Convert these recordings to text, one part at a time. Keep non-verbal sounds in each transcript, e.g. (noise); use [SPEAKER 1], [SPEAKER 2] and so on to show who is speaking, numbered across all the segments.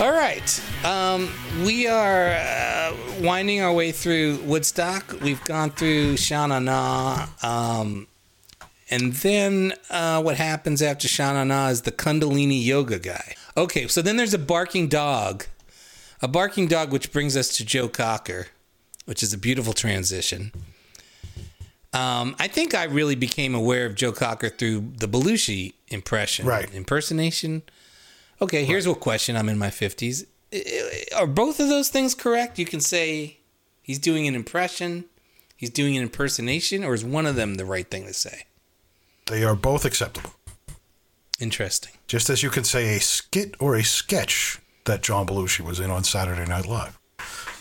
[SPEAKER 1] All right. Um, we are uh, winding our way through Woodstock. We've gone through Shanana. Um, and then uh, what happens after Shanana is the Kundalini Yoga guy. Okay, so then there's a barking dog. A barking dog, which brings us to Joe Cocker, which is a beautiful transition. Um, I think I really became aware of Joe Cocker through the Belushi impression,
[SPEAKER 2] Right.
[SPEAKER 1] Impersonation. Okay, here's what question. I'm in my fifties. Are both of those things correct? You can say he's doing an impression, he's doing an impersonation, or is one of them the right thing to say?
[SPEAKER 2] They are both acceptable.
[SPEAKER 1] Interesting.
[SPEAKER 2] Just as you can say a skit or a sketch that John Belushi was in on Saturday Night Live.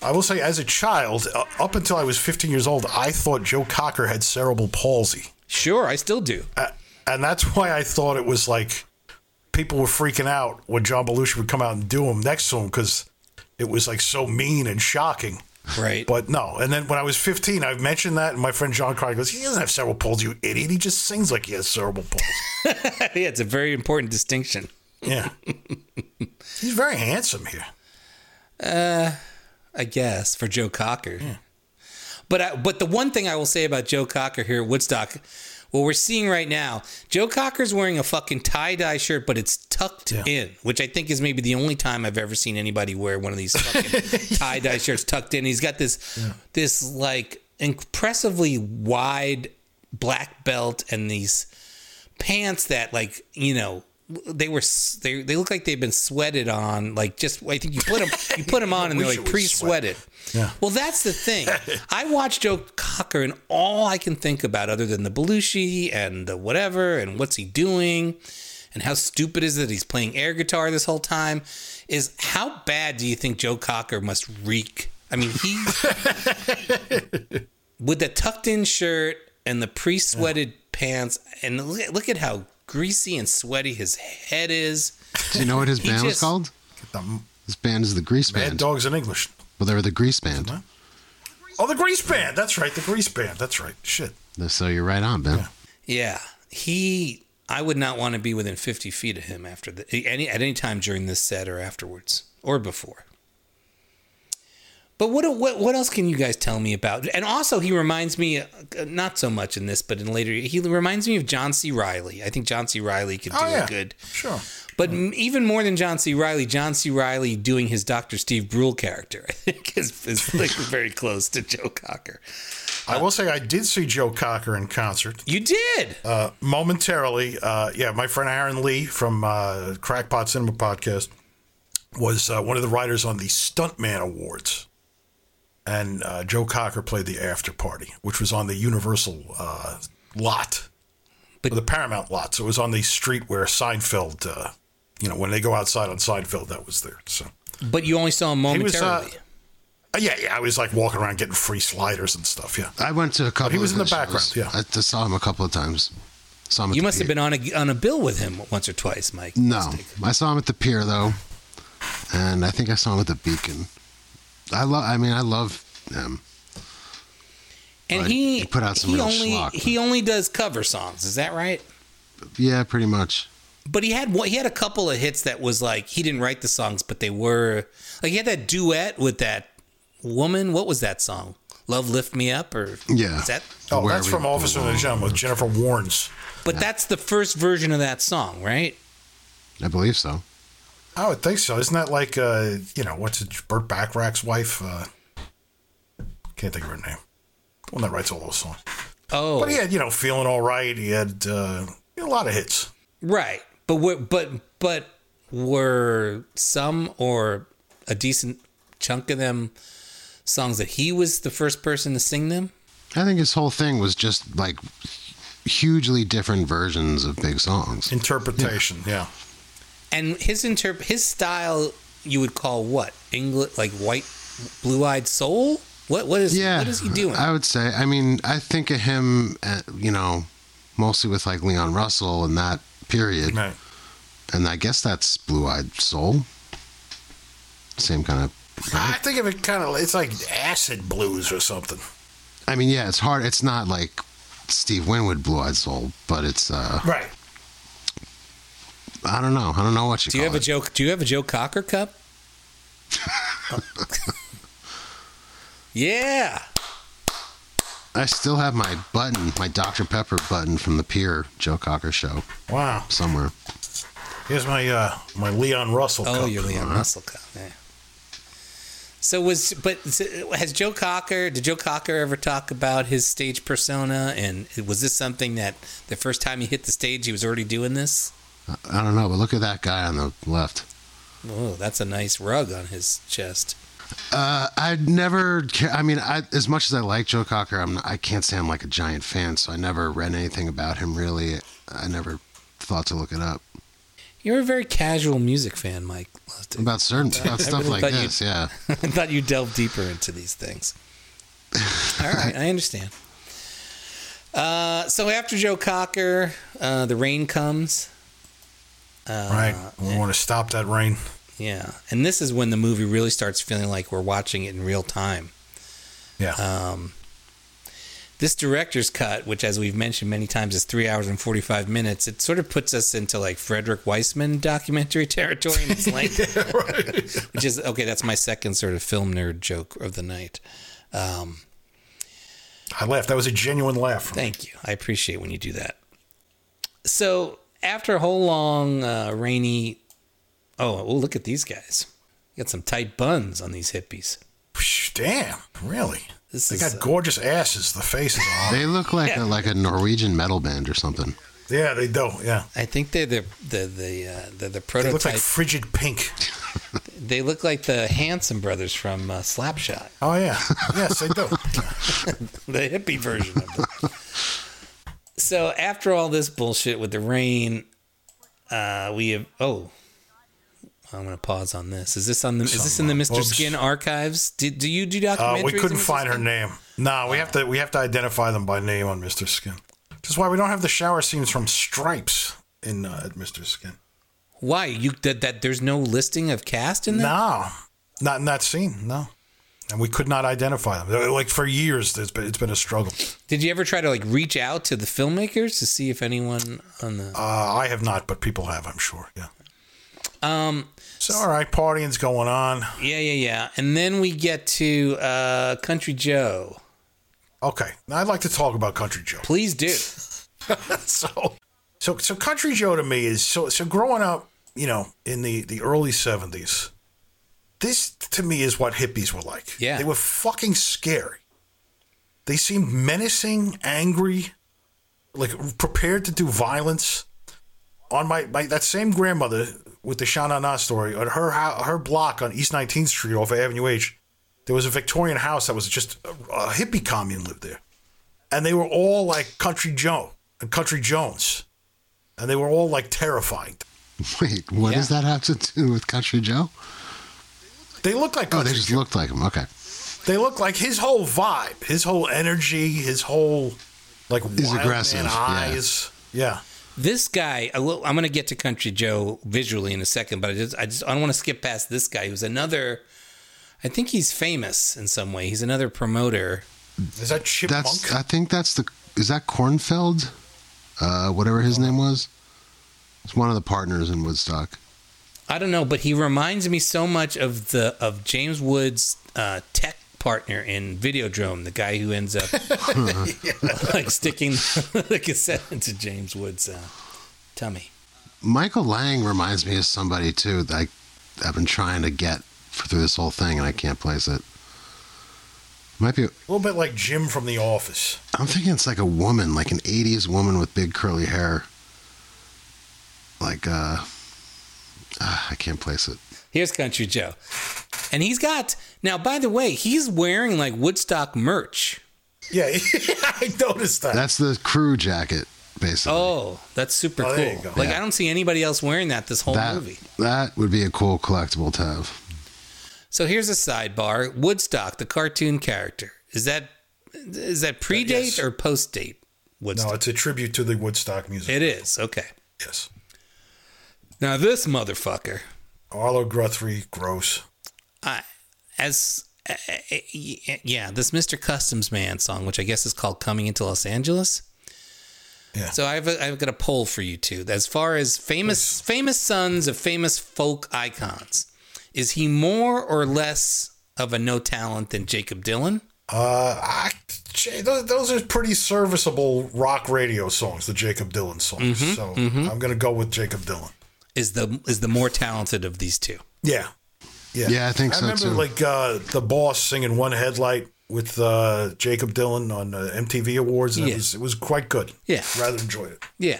[SPEAKER 2] I will say, as a child, uh, up until I was 15 years old, I thought Joe Cocker had cerebral palsy.
[SPEAKER 1] Sure, I still do.
[SPEAKER 2] A- and that's why I thought it was like people were freaking out when John Belushi would come out and do him next to him because it was like so mean and shocking.
[SPEAKER 1] Right.
[SPEAKER 2] But no. And then when I was 15, I mentioned that, and my friend John Cryer goes, He doesn't have cerebral palsy, you idiot. He just sings like he has cerebral
[SPEAKER 1] (laughs)
[SPEAKER 2] palsy.
[SPEAKER 1] yeah, it's a very important distinction.
[SPEAKER 2] Yeah. (laughs) He's very handsome here.
[SPEAKER 1] I guess, for Joe Cocker. But I, but the one thing I will say about Joe Cocker here at Woodstock, what we're seeing right now, Joe Cocker's wearing a fucking tie dye shirt, but it's tucked
[SPEAKER 2] Yeah.
[SPEAKER 1] in, which I think is maybe the only time I've ever seen anybody wear one of these fucking tie dye shirts tucked in. He's got this this like impressively wide black belt and these pants that like you know they were s- they they look like they've been sweated on like just I think you put them you put
[SPEAKER 2] (laughs)
[SPEAKER 1] them on and they're
[SPEAKER 2] Wish
[SPEAKER 1] like
[SPEAKER 2] it was sweat.
[SPEAKER 1] pre-sweated.
[SPEAKER 2] Yeah.
[SPEAKER 1] Well, that's the
[SPEAKER 2] (laughs)
[SPEAKER 1] thing. I watch Joe Cocker and all I can think about other than the Belushi and the whatever and what's he doing and how stupid is it that he's playing air guitar this whole time is how bad do you think Joe Cocker must reek? I mean,
[SPEAKER 2] (laughs)
[SPEAKER 1] he with the tucked in shirt and the pre sweated pants, and look, look at how greasy and sweaty his head is.
[SPEAKER 3] Do you know what his
[SPEAKER 1] (laughs) He
[SPEAKER 3] band was
[SPEAKER 1] just-
[SPEAKER 3] called?
[SPEAKER 2] The m-
[SPEAKER 3] His band is the Grease
[SPEAKER 2] Mad
[SPEAKER 3] Band.
[SPEAKER 2] Dogs in English.
[SPEAKER 3] Well, they were the Grease Band.
[SPEAKER 2] Oh, the Grease Band. That's right. The Grease Band. That's right. Shit.
[SPEAKER 3] So you're right on, Ben.
[SPEAKER 1] Yeah, he. I would not want to be within fifty feet of him after the any at any time during this set or afterwards or before. But what what what else can you guys tell me about? And also, he reminds me uh, not so much in this, but in later. He reminds me of John C. Riley. I think John C. Riley could do
[SPEAKER 2] Oh, yeah.
[SPEAKER 1] a good.
[SPEAKER 2] Sure.
[SPEAKER 1] But m- even more than John C. Riley, John C. Riley doing his Dr. Steve Brule character, (laughs) I think, is, is
[SPEAKER 3] (laughs)
[SPEAKER 1] like very close to Joe Cocker.
[SPEAKER 2] I will say I did see Joe Cocker in concert
[SPEAKER 1] You did.
[SPEAKER 2] uh, momentarily. Uh, yeah, my friend Aaron Lee from uh, Crackpot Cinema Podcast was uh, one of the writers on the Stuntman Awards. And uh, Joe Cocker played the after party, which was on the Universal uh, lot,
[SPEAKER 1] But-
[SPEAKER 2] or the Paramount lot. So it was on the street where Seinfeld, uh, you know, when they go outside on Seinfeld, that was there. So.
[SPEAKER 1] but you only saw him
[SPEAKER 2] was, uh,
[SPEAKER 1] momentarily.
[SPEAKER 2] Uh, Yeah, yeah, I was like walking around getting free sliders and stuff. Yeah,
[SPEAKER 3] I went to a couple.
[SPEAKER 2] he was
[SPEAKER 3] of
[SPEAKER 2] in the
[SPEAKER 3] his
[SPEAKER 2] background,
[SPEAKER 3] shows.
[SPEAKER 2] yeah.
[SPEAKER 3] I just saw him a couple of times. Saw him. At
[SPEAKER 1] you
[SPEAKER 3] the
[SPEAKER 1] must have
[SPEAKER 3] pier.
[SPEAKER 1] been on a, on a bill with him once or twice, Mike.
[SPEAKER 3] No, I saw him at the pier though, and I think I saw him at the Beacon. I love. I mean, I love him.
[SPEAKER 1] And
[SPEAKER 3] Right.
[SPEAKER 1] he,
[SPEAKER 3] He put out some
[SPEAKER 1] he
[SPEAKER 3] real
[SPEAKER 1] only
[SPEAKER 3] schlock.
[SPEAKER 1] he only does cover songs. Is that right?
[SPEAKER 3] Yeah, pretty much.
[SPEAKER 1] But he had one- he had a couple of hits that was like he didn't write the songs, but they were like he had that duet with that woman. What was that song? Love lift me up or
[SPEAKER 3] Yeah.
[SPEAKER 1] Is that
[SPEAKER 2] oh,
[SPEAKER 3] Where
[SPEAKER 2] that's
[SPEAKER 3] we
[SPEAKER 2] from Officer and the
[SPEAKER 3] belong.
[SPEAKER 2] Gentleman with Jennifer Warnes.
[SPEAKER 1] But that's the first version of that song, right?
[SPEAKER 3] I believe so.
[SPEAKER 2] I would think so. Isn't that like uh, you know what's it, Burt Bacharach's wife? Uh, can't think of her name. The one that writes all those songs.
[SPEAKER 1] Oh,
[SPEAKER 2] But he had you know feeling all right. He had uh, a lot of hits.
[SPEAKER 1] right. But were, but but were some or a decent chunk of them songs that he was the first person to sing them?
[SPEAKER 3] I think his whole thing was just like hugely different versions of big songs.
[SPEAKER 2] Interpretation. Yeah.
[SPEAKER 1] And his interp- his style you would call what? English like white blue-eyed soul? What what is
[SPEAKER 3] Yeah.
[SPEAKER 1] what is he doing?
[SPEAKER 3] I would say. I mean, I think of him, uh, you know, mostly with like Leon Russell in that period,
[SPEAKER 2] Right.
[SPEAKER 3] and I guess that's Blue Eyed Soul. Same kind of.
[SPEAKER 2] I think of it kind of it's like acid blues or something.
[SPEAKER 3] I mean, yeah, it's hard. It's not like Steve Winwood Blue Eyed Soul, but it's. uh
[SPEAKER 2] Right.
[SPEAKER 3] I don't know. I don't know what you
[SPEAKER 1] do
[SPEAKER 3] call
[SPEAKER 1] you have a
[SPEAKER 3] it. (laughs)
[SPEAKER 1] Joe do you have a Joe Cocker cup? Yeah.
[SPEAKER 3] I still have my button, my Dr. Pepper button from the Pier Joe Cocker show
[SPEAKER 2] Wow.
[SPEAKER 3] somewhere.
[SPEAKER 2] Here's my uh my Leon Russell.
[SPEAKER 1] Oh,
[SPEAKER 2] cup.
[SPEAKER 1] you're Leon Russell Cup. Yeah. So was but so has Joe Cocker? Did Joe Cocker ever talk about his stage persona? And was this something that the first time he hit the stage, he was already doing this?
[SPEAKER 3] I- I don't know, but look at that guy on the left.
[SPEAKER 1] Oh, that's a nice rug on his chest.
[SPEAKER 3] Uh, I'd never. ca- I mean, I, as much as I like Joe Cocker, I'm. Not, I can't say I'm like a giant fan, so I never read anything about him. Really, I never thought to look it up
[SPEAKER 1] You're a very casual music fan, Mike.
[SPEAKER 3] about certain about
[SPEAKER 1] Uh, I
[SPEAKER 3] stuff
[SPEAKER 1] really
[SPEAKER 3] like
[SPEAKER 1] thought you-
[SPEAKER 3] this. Yeah,
[SPEAKER 1] (laughs) I thought you delved deeper into these things. All right, I understand. Uh, so after Joe Cocker, uh, the rain comes. Uh,
[SPEAKER 2] Right. we want to stop that rain.
[SPEAKER 1] Yeah, and this is when the movie really starts feeling like we're watching it in real time.
[SPEAKER 2] Yeah.
[SPEAKER 1] Um, this director's cut, which, as we've mentioned many times, is three hours and forty-five minutes, it sort of puts us into like Frederick Weissman documentary (laughs) territory in its length,
[SPEAKER 2] (laughs)
[SPEAKER 1] (laughs) which is okay. That's my second sort of film nerd joke of the night. Um,
[SPEAKER 2] I laughed. That was a genuine laugh. From
[SPEAKER 1] thank you, I appreciate when you do that. So after a whole long uh, rainy, oh, well, look at these guys. Got some tight buns on these hippies.
[SPEAKER 2] Psh, Damn, really?
[SPEAKER 1] This
[SPEAKER 2] they
[SPEAKER 1] is,
[SPEAKER 2] got
[SPEAKER 1] uh,
[SPEAKER 2] gorgeous asses. The faces.
[SPEAKER 1] (laughs)
[SPEAKER 2] are on.
[SPEAKER 3] they look like a, like a Norwegian metal band or something. (laughs)
[SPEAKER 2] yeah, they do. Yeah,
[SPEAKER 1] I think they're the the the uh, the, the
[SPEAKER 2] they
[SPEAKER 1] prototype.
[SPEAKER 2] look like frigid pink.
[SPEAKER 1] they look like the Hanson brothers from uh, Slapshot,
[SPEAKER 2] Oh yeah, yes they (laughs) do.
[SPEAKER 1] the hippie version of them.
[SPEAKER 2] (laughs)
[SPEAKER 1] so after all this bullshit with the rain, uh, we have oh. I'm gonna pause on this. Is this on the? Is this in the Mr.
[SPEAKER 2] Oops.
[SPEAKER 1] Skin archives? Did do you do documentaries?
[SPEAKER 2] Uh, we
[SPEAKER 1] on
[SPEAKER 2] couldn't
[SPEAKER 1] Mr.
[SPEAKER 2] find her
[SPEAKER 1] Skin?
[SPEAKER 2] name. No, we have to we have to identify them by name on Mister Skin. That's why we don't have the shower scenes from Stripes in uh, at Mister Skin.
[SPEAKER 1] Why you that, that there's no listing of cast in that?
[SPEAKER 2] No, not in that scene. No, and we could not identify them. Like for years, it's been it's been a struggle.
[SPEAKER 1] Did you ever try to like reach out to the filmmakers to see if anyone on the?
[SPEAKER 2] Uh, I have not, but people have, I'm sure. Yeah.
[SPEAKER 1] Um,
[SPEAKER 2] So all right, partying's going on.
[SPEAKER 1] Yeah, yeah, yeah. And then we get to uh, Country Joe.
[SPEAKER 2] Okay, now I'd like to talk about Country Joe.
[SPEAKER 1] Please do.
[SPEAKER 2] (laughs) so so so country joe to me is so so growing up you know in the the early 70s this to me is what hippies were like
[SPEAKER 1] Yeah.
[SPEAKER 2] they were fucking scary they seemed menacing angry like prepared to do violence on my, my that same grandmother with the Sha Na story on her hou- her block on East 19th Street off of Avenue H there was a Victorian house that was just a, a hippie commune lived there and they were all like Country Joe and Country Jones, and they were all like terrifying.
[SPEAKER 3] Wait, what does
[SPEAKER 1] Yeah.
[SPEAKER 3] that have to do with Country Joe?
[SPEAKER 2] They looked like
[SPEAKER 3] Oh, they
[SPEAKER 2] Country
[SPEAKER 3] just
[SPEAKER 2] Joe.
[SPEAKER 3] looked like him. Okay,
[SPEAKER 2] They looked like his whole vibe, his whole energy, his whole like
[SPEAKER 3] He's
[SPEAKER 2] wild
[SPEAKER 3] aggressive,
[SPEAKER 2] man
[SPEAKER 3] yeah.
[SPEAKER 2] eyes. Yeah.
[SPEAKER 1] This guy, I will, I'm going to get to Country Joe visually in a second, but I just, I just, I don't want to skip past this guy who's another. I think he's famous in some way. He's another promoter.
[SPEAKER 2] Is that chipmunk?
[SPEAKER 3] that's. I think that's the. Is that Cornfeld? Uh, whatever
[SPEAKER 1] Oh.
[SPEAKER 3] his name was. It's one of the partners in Woodstock.
[SPEAKER 1] I don't know, but he reminds me so much of the of James Woods' uh, tech partner in Videodrome, the guy who ends up (laughs) like sticking (laughs) the cassette into James Woods' uh, tummy.
[SPEAKER 3] Michael Lang reminds me of somebody too that I, I've been trying to get f- through this whole thing and I can't place it. Might be.
[SPEAKER 2] a little bit like Jim from The Office.
[SPEAKER 3] I'm thinking it's like a woman, like an '80s woman with big curly hair. Like uh, ah, I can't place it.
[SPEAKER 1] Here's Country Joe. And he's got now by the way, he's wearing like Woodstock merch.
[SPEAKER 2] Yeah, (laughs) I noticed that.
[SPEAKER 3] That's the crew jacket, basically.
[SPEAKER 1] Oh, that's super
[SPEAKER 2] Oh,
[SPEAKER 1] cool.
[SPEAKER 2] there you go.
[SPEAKER 1] Like
[SPEAKER 3] Yeah.
[SPEAKER 1] I don't see anybody else wearing that this whole
[SPEAKER 3] that
[SPEAKER 1] movie.
[SPEAKER 3] that would be a cool collectible to have.
[SPEAKER 1] So here's a sidebar. Woodstock, the cartoon character. Is that is that predate
[SPEAKER 2] yes.
[SPEAKER 1] or post date
[SPEAKER 2] no,
[SPEAKER 1] Woodstock?
[SPEAKER 2] it's a tribute to the Woodstock music.
[SPEAKER 1] it is. Okay.
[SPEAKER 2] yes.
[SPEAKER 1] Now this motherfucker,
[SPEAKER 2] Arlo Guthrie, gross.
[SPEAKER 1] I as uh, yeah, this Mr. Customs Man song, which I guess is called Coming into Los Angeles.
[SPEAKER 2] Yeah.
[SPEAKER 1] So I've I've got a poll for you two. As far as famous famous sons of famous folk icons, Is he more or less of a no talent than Jacob Dylan?
[SPEAKER 2] Uh, I, Jay, those, those are pretty serviceable rock radio songs, the Jacob Dylan songs.
[SPEAKER 1] Mm-hmm,
[SPEAKER 2] so I'm going to go with Jacob Dylan.
[SPEAKER 1] Is the is the more talented of these two?
[SPEAKER 2] Yeah. Yeah.
[SPEAKER 3] Yeah, I think
[SPEAKER 2] I
[SPEAKER 3] so
[SPEAKER 2] remember
[SPEAKER 3] too.
[SPEAKER 2] like uh, the boss singing "One Headlight" with uh, Jacob Dylan on uh, MTV Awards, and
[SPEAKER 1] Yeah.
[SPEAKER 2] it was it was quite good.
[SPEAKER 1] Yeah.
[SPEAKER 2] rather enjoyed it.
[SPEAKER 1] Yeah.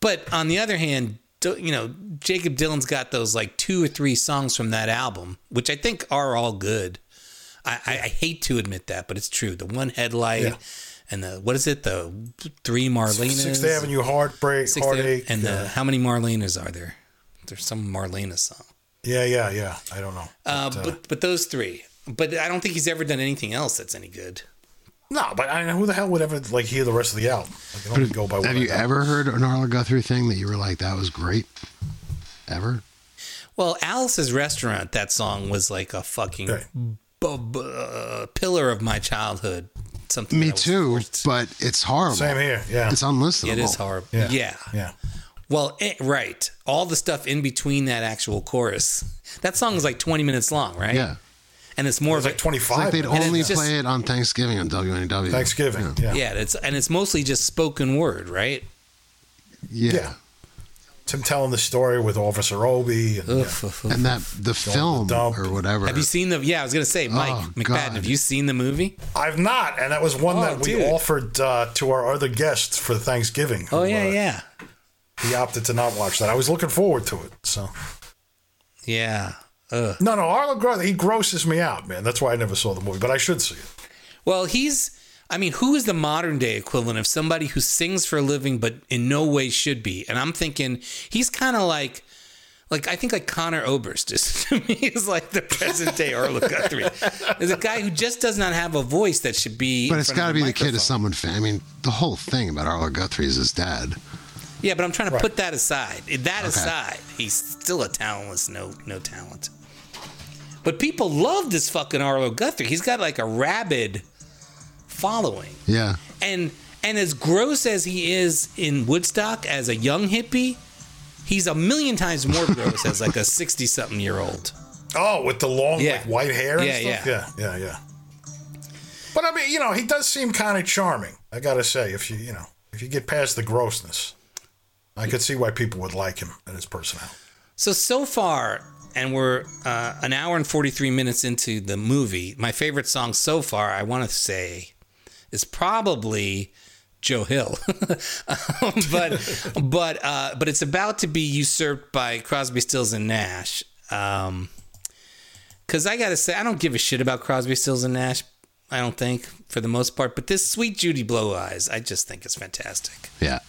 [SPEAKER 1] But on the other hand, do- you know, Jacob Dylan's got those like two or three songs from that album, which I think are all good. I, I, I hate to admit that, but it's true. The one headlight
[SPEAKER 2] Yeah.
[SPEAKER 1] and the what is it? The three Marlenas.
[SPEAKER 2] Sixth Avenue Heartbreak,
[SPEAKER 1] Sixth Ave-
[SPEAKER 2] Heartache,
[SPEAKER 1] and uh,
[SPEAKER 2] yeah.
[SPEAKER 1] the, how many Marlenas are there? There's some Marlena song.
[SPEAKER 2] yeah, yeah, yeah. I don't know.
[SPEAKER 1] Uh, but but those three. But I don't think he's ever done anything else that's any good.
[SPEAKER 2] no, but I who the hell would ever like hear the rest of the album? I can only go by.
[SPEAKER 1] Oh,
[SPEAKER 2] what
[SPEAKER 3] Have
[SPEAKER 2] I
[SPEAKER 3] you
[SPEAKER 2] know.
[SPEAKER 3] ever heard an Arlo Guthrie thing that you were like, that was great? Ever?
[SPEAKER 1] Well, Alice's Restaurant, that song was like a fucking
[SPEAKER 2] Right.
[SPEAKER 1] bu- bu- uh, pillar of my childhood. Something
[SPEAKER 3] Me
[SPEAKER 1] that I was
[SPEAKER 3] too, Oh.
[SPEAKER 1] forced-
[SPEAKER 3] but it's horrible.
[SPEAKER 2] Same here. Yeah,
[SPEAKER 3] It's unlistenable.
[SPEAKER 1] It is horrible.
[SPEAKER 2] yeah,
[SPEAKER 1] Yeah.
[SPEAKER 2] yeah.
[SPEAKER 1] Well, eh, right. All the stuff in between that actual chorus. That song is like 20 minutes long, right?
[SPEAKER 3] Yeah.
[SPEAKER 1] And it's more
[SPEAKER 2] It's
[SPEAKER 1] of
[SPEAKER 2] like
[SPEAKER 1] like,
[SPEAKER 2] twenty
[SPEAKER 3] It's like
[SPEAKER 2] five.
[SPEAKER 3] they'd
[SPEAKER 1] it's
[SPEAKER 3] only
[SPEAKER 1] just-
[SPEAKER 3] play it on Thanksgiving on WNW.
[SPEAKER 2] Thanksgiving. Yeah.
[SPEAKER 1] yeah, it's and it's mostly just spoken word, right?
[SPEAKER 3] Yeah.
[SPEAKER 2] Yeah. It's him telling the story with Officer Obi. And,
[SPEAKER 1] Ugh,
[SPEAKER 2] yeah.
[SPEAKER 1] ugh, ugh.
[SPEAKER 3] And that the film
[SPEAKER 2] dump.
[SPEAKER 3] or whatever.
[SPEAKER 1] Have you seen the? Yeah, I was gonna say, Mike
[SPEAKER 3] Oh,
[SPEAKER 1] McFadden.
[SPEAKER 3] God.
[SPEAKER 1] Have you seen the movie?
[SPEAKER 2] I've not, and that was one
[SPEAKER 1] Oh,
[SPEAKER 2] that we
[SPEAKER 1] dude.
[SPEAKER 2] offered uh, to our other guests for Thanksgiving.
[SPEAKER 1] Oh
[SPEAKER 2] who,
[SPEAKER 1] yeah,
[SPEAKER 2] uh,
[SPEAKER 1] yeah,
[SPEAKER 2] he opted to not watch that. I was looking forward to it. So
[SPEAKER 1] yeah. Ugh.
[SPEAKER 2] no, no, Arlo Groth, he grosses me out, man. That's why I never saw the movie, but I should see it.
[SPEAKER 1] Well, he's. I mean, who is the modern day equivalent of somebody who sings for a living but in no way should be? And I'm thinking he's kind of like, like I think like Connor Oberst is (laughs) to me is like the present day Arlo Guthrie. There's a guy who just does not have a voice that should be.
[SPEAKER 3] But
[SPEAKER 1] in
[SPEAKER 3] it's
[SPEAKER 1] front
[SPEAKER 3] got to
[SPEAKER 1] of
[SPEAKER 3] be
[SPEAKER 1] a
[SPEAKER 3] the kid of
[SPEAKER 1] microphone.
[SPEAKER 3] someone. Fa- I mean, the whole thing about Arlo Guthrie is his dad.
[SPEAKER 1] Yeah, but I'm trying to put that aside. That
[SPEAKER 3] Okay.
[SPEAKER 1] aside, he's still a talentless, no, no talent. But people love this fucking Arlo Guthrie. He's got like a rabid following.
[SPEAKER 3] Yeah.
[SPEAKER 1] and and as gross as he is in Woodstock as a young hippie, he's a million times more gross as like a sixty something year old.
[SPEAKER 2] Oh, with the long
[SPEAKER 1] Yeah.
[SPEAKER 2] like white hair and
[SPEAKER 1] Yeah,
[SPEAKER 2] stuff. Yeah. yeah, yeah, But I mean, you know, he does seem kind of charming. I gotta say, if you you know, if you get past the grossness, I could see why people would like him and his personality.
[SPEAKER 1] So so far, and we're uh, an hour and forty three minutes into the movie. My favorite song so far, I want to say, is probably Joe Hill, (laughs) Um, but but uh, but it's about to be usurped by Crosby, Stills, and Nash. Um, Cause I gotta say, I don't give a shit about Crosby, Stills, and Nash. I don't think, for the most part. But this sweet Judy Blow Eyes, I just think is fantastic.
[SPEAKER 3] Yeah.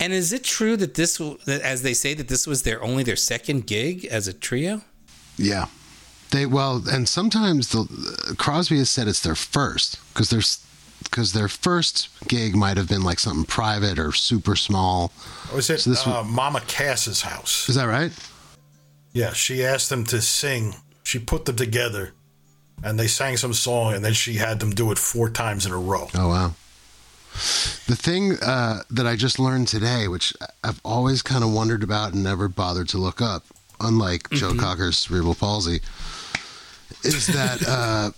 [SPEAKER 1] And is it true that this, w- that as they say, that this was their only their second gig as a trio?
[SPEAKER 3] Yeah. They well, and sometimes the Crosby has said it's their first because there's because their first gig might have been like something private or super small.
[SPEAKER 2] Was it
[SPEAKER 3] So this
[SPEAKER 2] uh, Mama Cass's house?
[SPEAKER 3] Is that right?
[SPEAKER 2] Yeah, she asked them to sing. She put them together, and they sang some song, and then she had them do it four times in a row.
[SPEAKER 3] Oh wow. The thing uh, that I just learned today, which I've always kind of wondered about and never bothered to look up, unlike Joe Cocker's cerebral palsy, is that uh,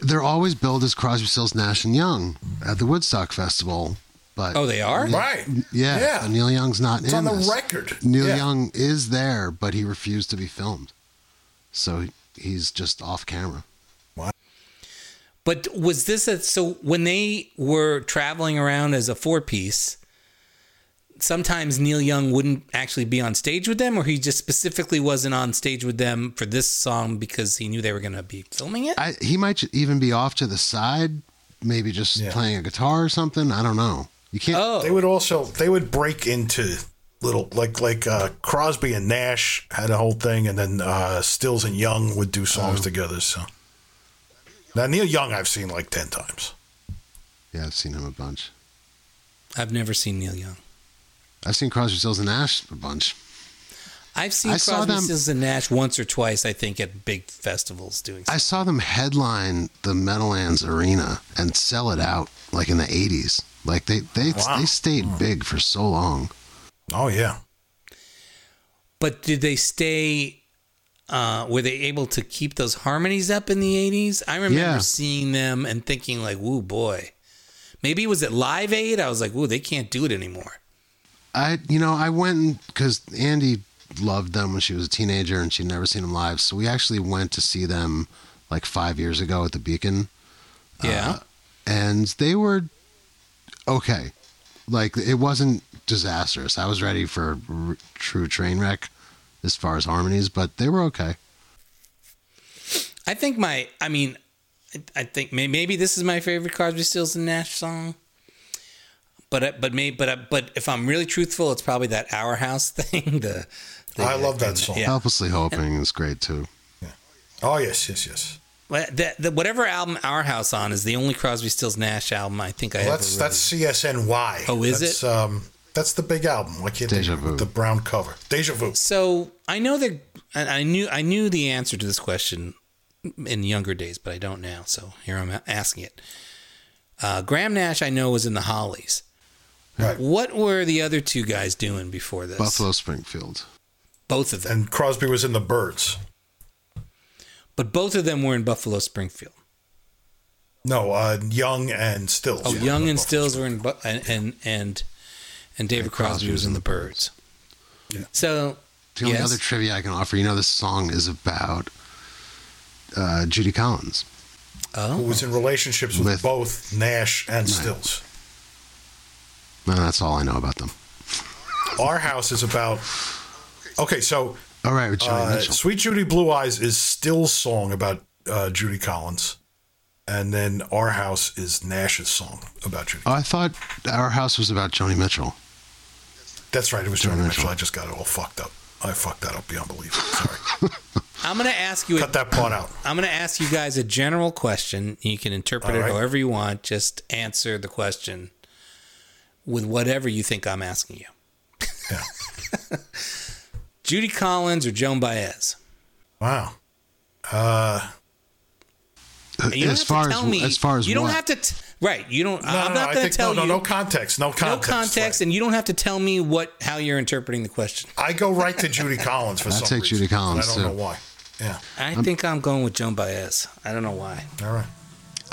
[SPEAKER 3] they're always billed as Crosby, Stills, Nash and Young at the Woodstock Festival. But
[SPEAKER 1] Oh, they are.
[SPEAKER 2] Right?
[SPEAKER 3] Yeah,
[SPEAKER 2] Yeah.
[SPEAKER 3] Neil Young's not
[SPEAKER 2] It's
[SPEAKER 3] in
[SPEAKER 2] on the
[SPEAKER 3] this.
[SPEAKER 2] record.
[SPEAKER 3] Neil
[SPEAKER 2] Yeah.
[SPEAKER 3] Young is there, but he refused to be filmed, so he's just off camera.
[SPEAKER 1] But was this a so when they were traveling around as a four piece? Sometimes Neil Young wouldn't actually be on stage with them, or he just specifically wasn't on stage with them for this song because he knew they were going to be filming it.
[SPEAKER 3] I, he might even be off to the side, maybe just
[SPEAKER 2] Yeah.
[SPEAKER 3] playing a guitar or something. I don't know. You can't.
[SPEAKER 2] They
[SPEAKER 1] Oh,
[SPEAKER 2] would also they would break into little like like uh, Crosby and Nash had a whole thing, and then uh, Stills and Young would do
[SPEAKER 3] Oh.
[SPEAKER 2] songs together. So now Neil Young, I've seen like ten times.
[SPEAKER 3] Yeah, I've seen him a bunch.
[SPEAKER 1] I've never seen Neil Young.
[SPEAKER 3] I've seen Crosby, Stills, and Nash a bunch.
[SPEAKER 1] I've seen
[SPEAKER 3] I saw
[SPEAKER 1] Crosby,
[SPEAKER 3] them-
[SPEAKER 1] Stills, and Nash once or twice, I think, at big festivals doing.
[SPEAKER 3] I saw them headline the Meadowlands Arena and sell it out like in the '80s. Like they they
[SPEAKER 2] Wow.
[SPEAKER 3] they stayed big for so long.
[SPEAKER 2] Oh yeah,
[SPEAKER 1] But did they stay uh, were they able to keep those harmonies up in the 80s? I remember
[SPEAKER 3] Yeah.
[SPEAKER 1] seeing them and thinking like, "Woo, boy." Maybe it was at Live Aid. I was like, "Woo, they can't do it anymore."
[SPEAKER 3] I you know I went because Andy loved them when she was a teenager and she'd never seen them live, so we actually went to see them like five years ago at the Beacon,
[SPEAKER 1] Yeah.
[SPEAKER 3] and they were okay. Like it wasn't disastrous. I was ready for a r- true train wreck as far as harmonies, but they were okay.
[SPEAKER 1] I think my, I mean, I- I think may- maybe this is my favorite Crosby, Stills and Nash song. But I- but maybe but I- but if I'm really truthful, it's probably that Our House (laughs) thing. The, the-
[SPEAKER 2] I love that song.
[SPEAKER 1] Yeah.
[SPEAKER 3] Helplessly hoping is great too.
[SPEAKER 2] Oh yes, yes, yes.
[SPEAKER 1] Well, The, the, whatever album Our House on is the only Crosby, Stills, Nash album I think I
[SPEAKER 2] Well,
[SPEAKER 1] ever.
[SPEAKER 2] that's
[SPEAKER 1] really-
[SPEAKER 2] that's CSNY.
[SPEAKER 1] Oh, is
[SPEAKER 2] that's,
[SPEAKER 1] it?
[SPEAKER 2] Um, that's the big album. I can't
[SPEAKER 3] Deja
[SPEAKER 2] think of
[SPEAKER 3] Vu.
[SPEAKER 2] it. the brown cover. Deja vu.
[SPEAKER 1] So I know that I I knew I knew the answer to this question in younger days, but I don't now. So here I'm a- asking it. Uh, Graham Nash, I know, was in the Hollies.
[SPEAKER 2] Right.
[SPEAKER 1] What were the other two guys doing before this?
[SPEAKER 3] Buffalo Springfield.
[SPEAKER 1] Both of them,
[SPEAKER 2] And Crosby was in the Birds.
[SPEAKER 1] but both of them were in Buffalo Springfield.
[SPEAKER 2] No, uh, Young and Stills.
[SPEAKER 1] Oh, Young and Stills were in, Bu- and and and, and David Crosby, was in the Birds.
[SPEAKER 2] Yeah.
[SPEAKER 1] So
[SPEAKER 3] The only
[SPEAKER 1] Yes.
[SPEAKER 3] other trivia I can offer, you know, this song is about uh, Judy Collins.
[SPEAKER 2] Who
[SPEAKER 1] oh,
[SPEAKER 2] was in relationships with,
[SPEAKER 3] With-
[SPEAKER 2] both Nash and Stills.
[SPEAKER 3] No, that's all I know about them.
[SPEAKER 2] Our house is about. Okay, so
[SPEAKER 3] All right, with Johnny
[SPEAKER 2] uh,
[SPEAKER 3] Mitchell.
[SPEAKER 2] Sweet Judy Blue Eyes is Stills' song about uh, Judy Collins. And then Our House is Nash's song about Judy.
[SPEAKER 3] Oh, I thought our house was about Joni Mitchell.
[SPEAKER 2] That's right, it was Johnny
[SPEAKER 3] Joni
[SPEAKER 2] Mitchell.
[SPEAKER 3] Mitchell.
[SPEAKER 2] I just got it all fucked up. I fucked that up beyond belief. Sorry.
[SPEAKER 1] I'm going to ask you.
[SPEAKER 2] Cut that part out.
[SPEAKER 1] I'm going to ask you guys a general question. You can interpret
[SPEAKER 2] All
[SPEAKER 1] it
[SPEAKER 2] right.
[SPEAKER 1] however you want. Just answer the question with whatever you think I'm asking you.
[SPEAKER 2] Yeah.
[SPEAKER 1] (laughs) Judy Collins or Joan Baez?
[SPEAKER 2] Wow.
[SPEAKER 1] And you don't
[SPEAKER 3] as
[SPEAKER 1] have
[SPEAKER 3] far
[SPEAKER 1] to tell
[SPEAKER 3] as
[SPEAKER 1] me.
[SPEAKER 3] as far as
[SPEAKER 1] you don't
[SPEAKER 3] what?
[SPEAKER 1] have to. T- right. You don't.
[SPEAKER 2] No,
[SPEAKER 1] I'm
[SPEAKER 2] no, no,
[SPEAKER 1] not
[SPEAKER 2] I
[SPEAKER 1] going
[SPEAKER 2] think-
[SPEAKER 1] to tell
[SPEAKER 2] no,
[SPEAKER 1] you.
[SPEAKER 2] No, no context. No
[SPEAKER 1] no
[SPEAKER 2] context.
[SPEAKER 1] context, and you don't have to tell me what how you're interpreting the question.
[SPEAKER 2] right. I go right to Judy (laughs) Collins for
[SPEAKER 3] I'd
[SPEAKER 2] some
[SPEAKER 3] take
[SPEAKER 2] reason.
[SPEAKER 3] Judy Collins,
[SPEAKER 2] I don't know
[SPEAKER 3] too.
[SPEAKER 2] why. Yeah.
[SPEAKER 1] I think I'm going with Joan Baez. I don't know why.
[SPEAKER 2] All right.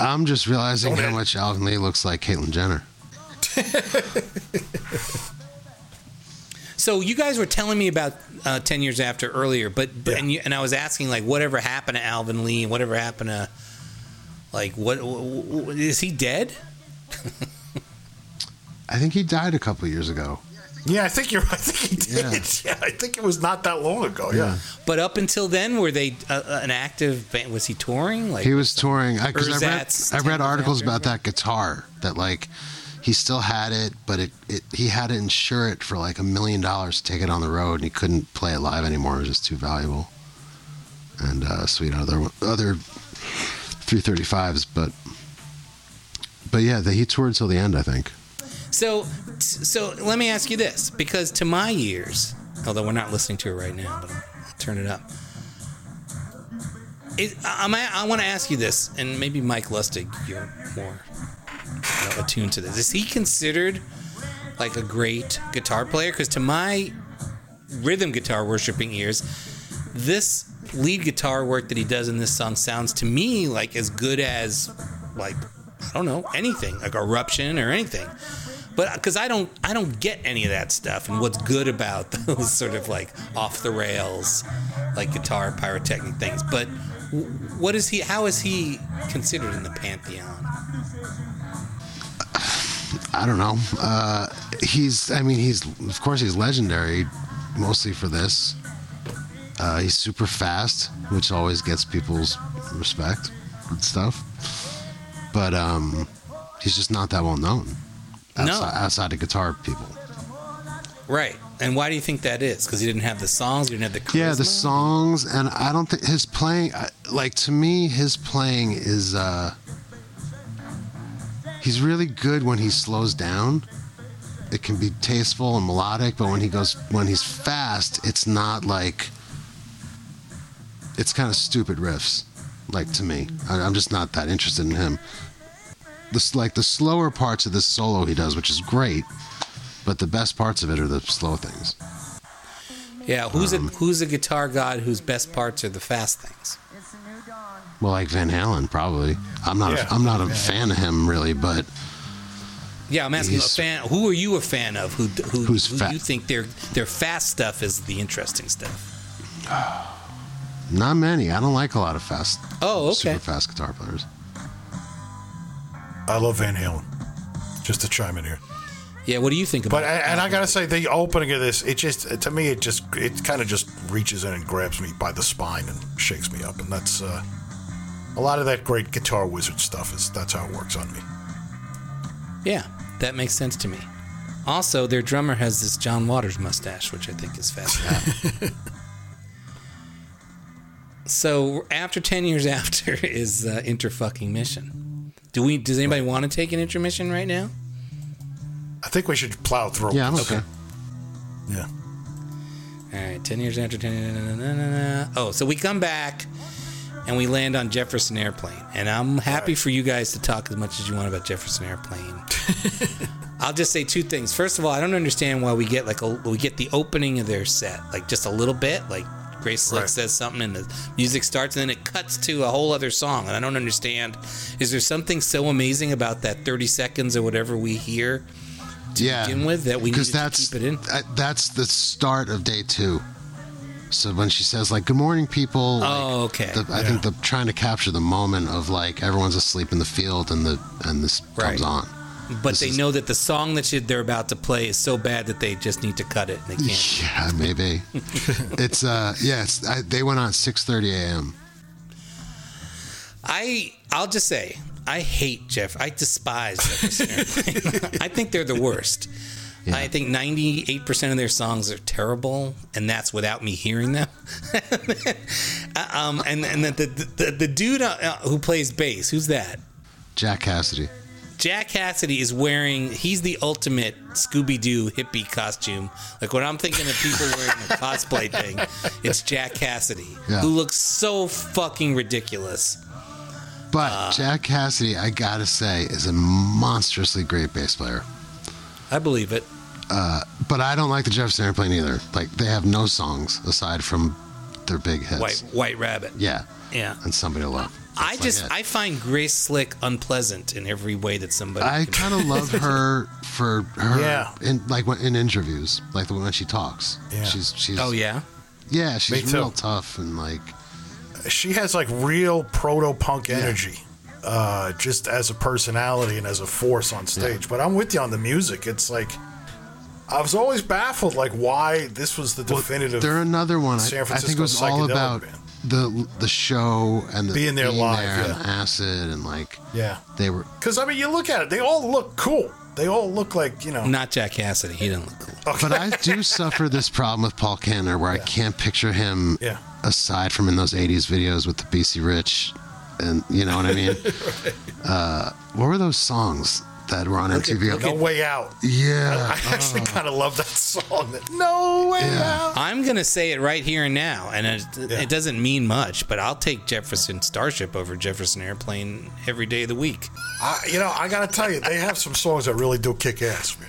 [SPEAKER 3] I'm just realizing
[SPEAKER 2] Don't
[SPEAKER 3] how
[SPEAKER 2] it.
[SPEAKER 3] much Alvin Lee looks like Caitlyn Jenner.
[SPEAKER 1] So you guys were telling me about uh, ten years after earlier, but, but
[SPEAKER 2] Yeah.
[SPEAKER 1] and, you, and I was asking like whatever happened to Alvin Lee, whatever happened to like what w- w- is he dead?
[SPEAKER 3] I think he died a couple years ago.
[SPEAKER 2] Yeah, I think you're. (laughs) I think he
[SPEAKER 3] Yeah.
[SPEAKER 2] did. (laughs) Yeah, I think it was not that long ago. Yeah.
[SPEAKER 1] But up until then, were they uh, uh, an active band? Was he touring? Like
[SPEAKER 3] He was touring because I, read
[SPEAKER 1] Ersatz,
[SPEAKER 3] I read
[SPEAKER 1] Temple
[SPEAKER 3] articles
[SPEAKER 1] After
[SPEAKER 3] about that guitar that like he still had it, but it, it he had to insure it for like a million dollars to take it on the road, and he couldn't play it live anymore. It was just too valuable. And uh, sweet other other 335s, but but yeah, the, he toured till the end, I think.
[SPEAKER 1] so. So let me ask you this, because to my ears, although we're not listening to it right now, but I'll turn it up. It, I, I'm- I want to ask you this, and maybe Mike Lustig, you're more you know, attuned to this. Is he considered like a great guitar player? Because to my rhythm guitar worshiping ears, this lead guitar work that he does in this song sounds to me like as good as like I don't know anything like eruption or anything. But because I don't I don't get any of that stuff and what's good about (laughs) those sort of like off the rails like guitar pyrotechnic things. But w- what is he? How is he considered in the pantheon?
[SPEAKER 3] I don't know. Uh, he's, I mean, he's, of course, he's legendary, mostly for this. Uh, he's super fast, which always gets people's respect and stuff. But um, he's just not that well known
[SPEAKER 1] No.
[SPEAKER 3] outside, outside of guitar people.
[SPEAKER 1] Right. And why do you think that is? Because he didn't have the songs. He didn't have the charisma?
[SPEAKER 3] Yeah, the songs, and I don't think his playing, I- like to me, his playing is, uh, he's really good when he slows down. It can be tasteful and melodic, but when he goes, when he's fast, it's not like, it's kind of stupid riffs, like to me. I, I'm just not that interested in him. This, like the slower parts of this solo he does, which is great, but the best parts of it are the slow things.
[SPEAKER 1] Yeah, who's a who's a guitar god whose best parts are the fast things?
[SPEAKER 3] Well, like Van Halen, probably. I'm not.
[SPEAKER 2] Yeah.
[SPEAKER 3] A, I'm not a fan of him really, but
[SPEAKER 1] Yeah, I'm asking
[SPEAKER 3] He's-
[SPEAKER 1] a fan. Who are you a fan of? Who who,
[SPEAKER 3] Who's
[SPEAKER 1] who
[SPEAKER 3] fa-
[SPEAKER 1] you think their their fast stuff is the interesting stuff?
[SPEAKER 3] not many. I don't like a lot of fast,
[SPEAKER 1] Oh, okay.
[SPEAKER 3] super fast guitar players.
[SPEAKER 2] I love Van Halen. Just to chime in here,
[SPEAKER 1] Yeah, what do you think about?
[SPEAKER 2] but
[SPEAKER 1] it?
[SPEAKER 2] and, and I gotta say, the opening of this, it just to me, it just it kind of just reaches in and grabs me by the spine and shakes me up, and that's uh, a lot of that great guitar wizard stuff. Is that's how it works on me.
[SPEAKER 1] Yeah, that makes sense to me. Also, their drummer has this John Waters mustache, which I think is fascinating. (laughs) so, after ten years after (laughs) is uh, interfucking mission. Do we? Does anybody want to take an intermission right now?
[SPEAKER 2] I think we should plow through.
[SPEAKER 3] Yeah, I'm
[SPEAKER 2] this.
[SPEAKER 3] okay.
[SPEAKER 2] Yeah.
[SPEAKER 1] All right, 10 years after 10. na- na- na- na- na- na. Oh, so we come back and we land on Jefferson Airplane. And I'm happy for you guys to talk as much as you want about Jefferson (laughs) Airplane. I'll just say two things. First of all, I don't understand why we get like a, we get the opening of their set like just a little bit, like Grace Slick
[SPEAKER 2] Right.
[SPEAKER 1] says something and the music starts and then it cuts to a whole other song. And I don't understand. Is there something so amazing about that 30 seconds or whatever we hear
[SPEAKER 3] yeah,
[SPEAKER 1] begin with that we need
[SPEAKER 3] because
[SPEAKER 1] to
[SPEAKER 3] that's
[SPEAKER 1] keep it in?
[SPEAKER 3] uh, that's the start of day two. So when she says like "Good morning, people," like,
[SPEAKER 1] Oh, okay.
[SPEAKER 3] the, I think the trying to capture the moment of like everyone's asleep in the field and the and this
[SPEAKER 1] Right.
[SPEAKER 3] comes on.
[SPEAKER 1] But
[SPEAKER 3] This
[SPEAKER 1] they
[SPEAKER 3] is-
[SPEAKER 1] know that the song that she, they're about to play is so bad that they just need to cut it and they can't.
[SPEAKER 3] Yeah,
[SPEAKER 1] (laughs)
[SPEAKER 3] maybe. it's uh, yeah. It's, I, they went on six thirty a.m.
[SPEAKER 1] I I'll just say I hate Jeff. I despise Jefferson Airplane. (laughs) I think they're the worst. I think 98% of their songs are terrible, and that's without me hearing them. (laughs) Uh, um, and and the, the, the, the dude uh, uh, who plays bass, who's that?
[SPEAKER 3] Jack Cassidy.
[SPEAKER 1] Jack Cassidy is wearing, he's the ultimate Scooby Doo hippie costume. Like when I'm thinking of people wearing a
[SPEAKER 3] (laughs)
[SPEAKER 1] cosplay thing, it's Jack Cassidy,
[SPEAKER 3] Yeah.
[SPEAKER 1] who looks so fucking ridiculous.
[SPEAKER 3] But Jack Cassidy, I gotta say, is a monstrously great bass player.
[SPEAKER 1] I believe it.
[SPEAKER 3] But I don't like the Jefferson Airplane either. Like they have no songs aside from their big hits.
[SPEAKER 1] White, white Rabbit.
[SPEAKER 3] Yeah,
[SPEAKER 1] Yeah.
[SPEAKER 3] and somebody to love.
[SPEAKER 1] I
[SPEAKER 3] That's
[SPEAKER 1] just,
[SPEAKER 3] like it.
[SPEAKER 1] I find Grace Slick unpleasant in every way that somebody.
[SPEAKER 3] I
[SPEAKER 1] can-
[SPEAKER 3] kind of love her for her,
[SPEAKER 2] Yeah.
[SPEAKER 3] in, like when, in interviews, like the when she talks.
[SPEAKER 2] Yeah.
[SPEAKER 3] She's she's
[SPEAKER 1] oh, yeah.
[SPEAKER 3] yeah, she's
[SPEAKER 2] Me too.
[SPEAKER 3] real tough and like
[SPEAKER 2] she has like real proto punk energy, uh, just as a personality and as a force on stage. But I'm with you on the music. It's like I was always baffled, like why this was the definitive.
[SPEAKER 3] they're another one. I,
[SPEAKER 2] San
[SPEAKER 3] I think it
[SPEAKER 2] Francisco
[SPEAKER 3] was all
[SPEAKER 2] psychedelic
[SPEAKER 3] about
[SPEAKER 2] band.
[SPEAKER 3] the the show and the
[SPEAKER 2] Being there live,
[SPEAKER 3] there and
[SPEAKER 2] yeah.
[SPEAKER 3] the acid and like
[SPEAKER 2] yeah,
[SPEAKER 3] they were
[SPEAKER 2] because I mean, you look at it; they all look cool. They all look like you know.
[SPEAKER 1] Not Jack Cassidy. He doesn't look cool.
[SPEAKER 3] But I do suffer this problem with Paul Kanner where I can't picture him
[SPEAKER 2] Yeah.
[SPEAKER 3] aside from in those 80s videos with the BC Rich. And you know what I
[SPEAKER 2] (laughs)
[SPEAKER 3] mean? uh, what were those songs that were on MTV?
[SPEAKER 2] No way (laughs) out.
[SPEAKER 3] yeah.
[SPEAKER 2] I actually kind of love that song. That Uh-huh. no way
[SPEAKER 3] Yeah.
[SPEAKER 2] out.
[SPEAKER 1] I'm going to say it right here and now, and it,
[SPEAKER 2] Yeah.
[SPEAKER 1] it doesn't mean much, but I'll take Jefferson Starship over Jefferson Airplane every day of the week.
[SPEAKER 2] I, you know, I gotta tell you, they have some songs that really do kick ass, man.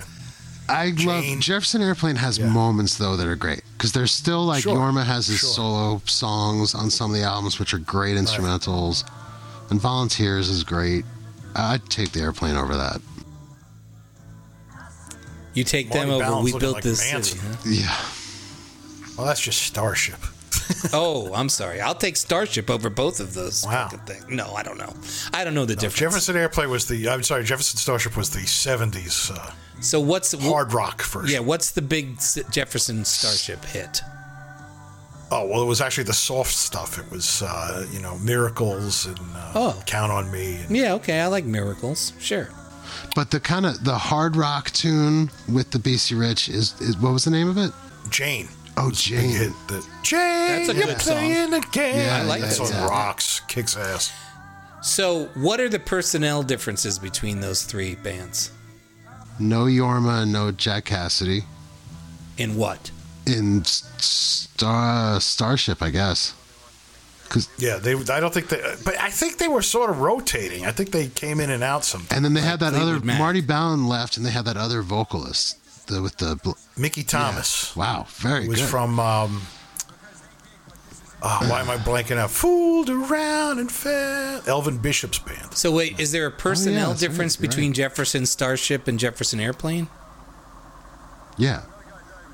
[SPEAKER 3] I love
[SPEAKER 2] Jane.
[SPEAKER 3] Jefferson Airplane has moments though that are great because there's still like
[SPEAKER 2] Sure.
[SPEAKER 3] Yorma has his
[SPEAKER 2] Sure.
[SPEAKER 3] solo songs on some of the albums which are great instrumentals, and Volunteers is great. I'd take the airplane over that.
[SPEAKER 1] You take them
[SPEAKER 2] Marty
[SPEAKER 1] over.
[SPEAKER 2] Balance
[SPEAKER 1] we
[SPEAKER 2] looking
[SPEAKER 1] built
[SPEAKER 2] like
[SPEAKER 1] this
[SPEAKER 2] Manson.
[SPEAKER 1] city. huh?
[SPEAKER 3] Yeah.
[SPEAKER 2] Well, that's just Starship.
[SPEAKER 1] Oh, I'm sorry. I'll take Starship over both of those.
[SPEAKER 2] Wow.
[SPEAKER 1] fucking things. No, I don't know. I don't know the difference.
[SPEAKER 2] Jefferson Airplane was the. I'm sorry, Jefferson Starship was the '70s uh,
[SPEAKER 1] so what's
[SPEAKER 2] hard rock version.
[SPEAKER 1] Yeah, what's the big S- Jefferson Starship hit?
[SPEAKER 2] Oh well, it was actually the soft stuff. It was uh, you know miracles and uh,
[SPEAKER 1] Oh.
[SPEAKER 2] count on me. And,
[SPEAKER 1] Yeah, okay. I like miracles. Sure.
[SPEAKER 3] But the kind of the hard rock tune with the BC Rich is, is what was the name of it?
[SPEAKER 2] Jane.
[SPEAKER 3] Oh,
[SPEAKER 2] Big
[SPEAKER 3] Jane.
[SPEAKER 2] hit that- Jane,
[SPEAKER 1] That's a
[SPEAKER 2] you're
[SPEAKER 1] good song.
[SPEAKER 2] playing the game.
[SPEAKER 3] Yeah, I
[SPEAKER 1] like
[SPEAKER 2] that
[SPEAKER 1] that
[SPEAKER 2] song.
[SPEAKER 3] song.
[SPEAKER 2] Rocks, kicks ass.
[SPEAKER 1] So, what are the personnel differences between those three bands?
[SPEAKER 3] No Yorma, no Jack Cassidy
[SPEAKER 1] In what?
[SPEAKER 3] in S- Star Starship, I guess. Cause,
[SPEAKER 2] Yeah, they. I don't think they. But I think they were sort of rotating. I think they came in and out sometimes.
[SPEAKER 3] and then they had that
[SPEAKER 1] Fleetwood
[SPEAKER 3] other
[SPEAKER 1] Mac.
[SPEAKER 3] Marty Ballin left, and they had that other vocalist the with the bl-
[SPEAKER 2] Mickey Thomas
[SPEAKER 3] wow, very
[SPEAKER 2] was
[SPEAKER 3] good.
[SPEAKER 2] from. Um, uh, why am I blanking out? Fooled around and fell. Elvin Bishop's band.
[SPEAKER 1] So wait, is there a personnel
[SPEAKER 3] that's right,
[SPEAKER 1] difference
[SPEAKER 3] you're
[SPEAKER 1] between
[SPEAKER 3] right.
[SPEAKER 1] Jefferson Starship and Jefferson Airplane?
[SPEAKER 3] yeah,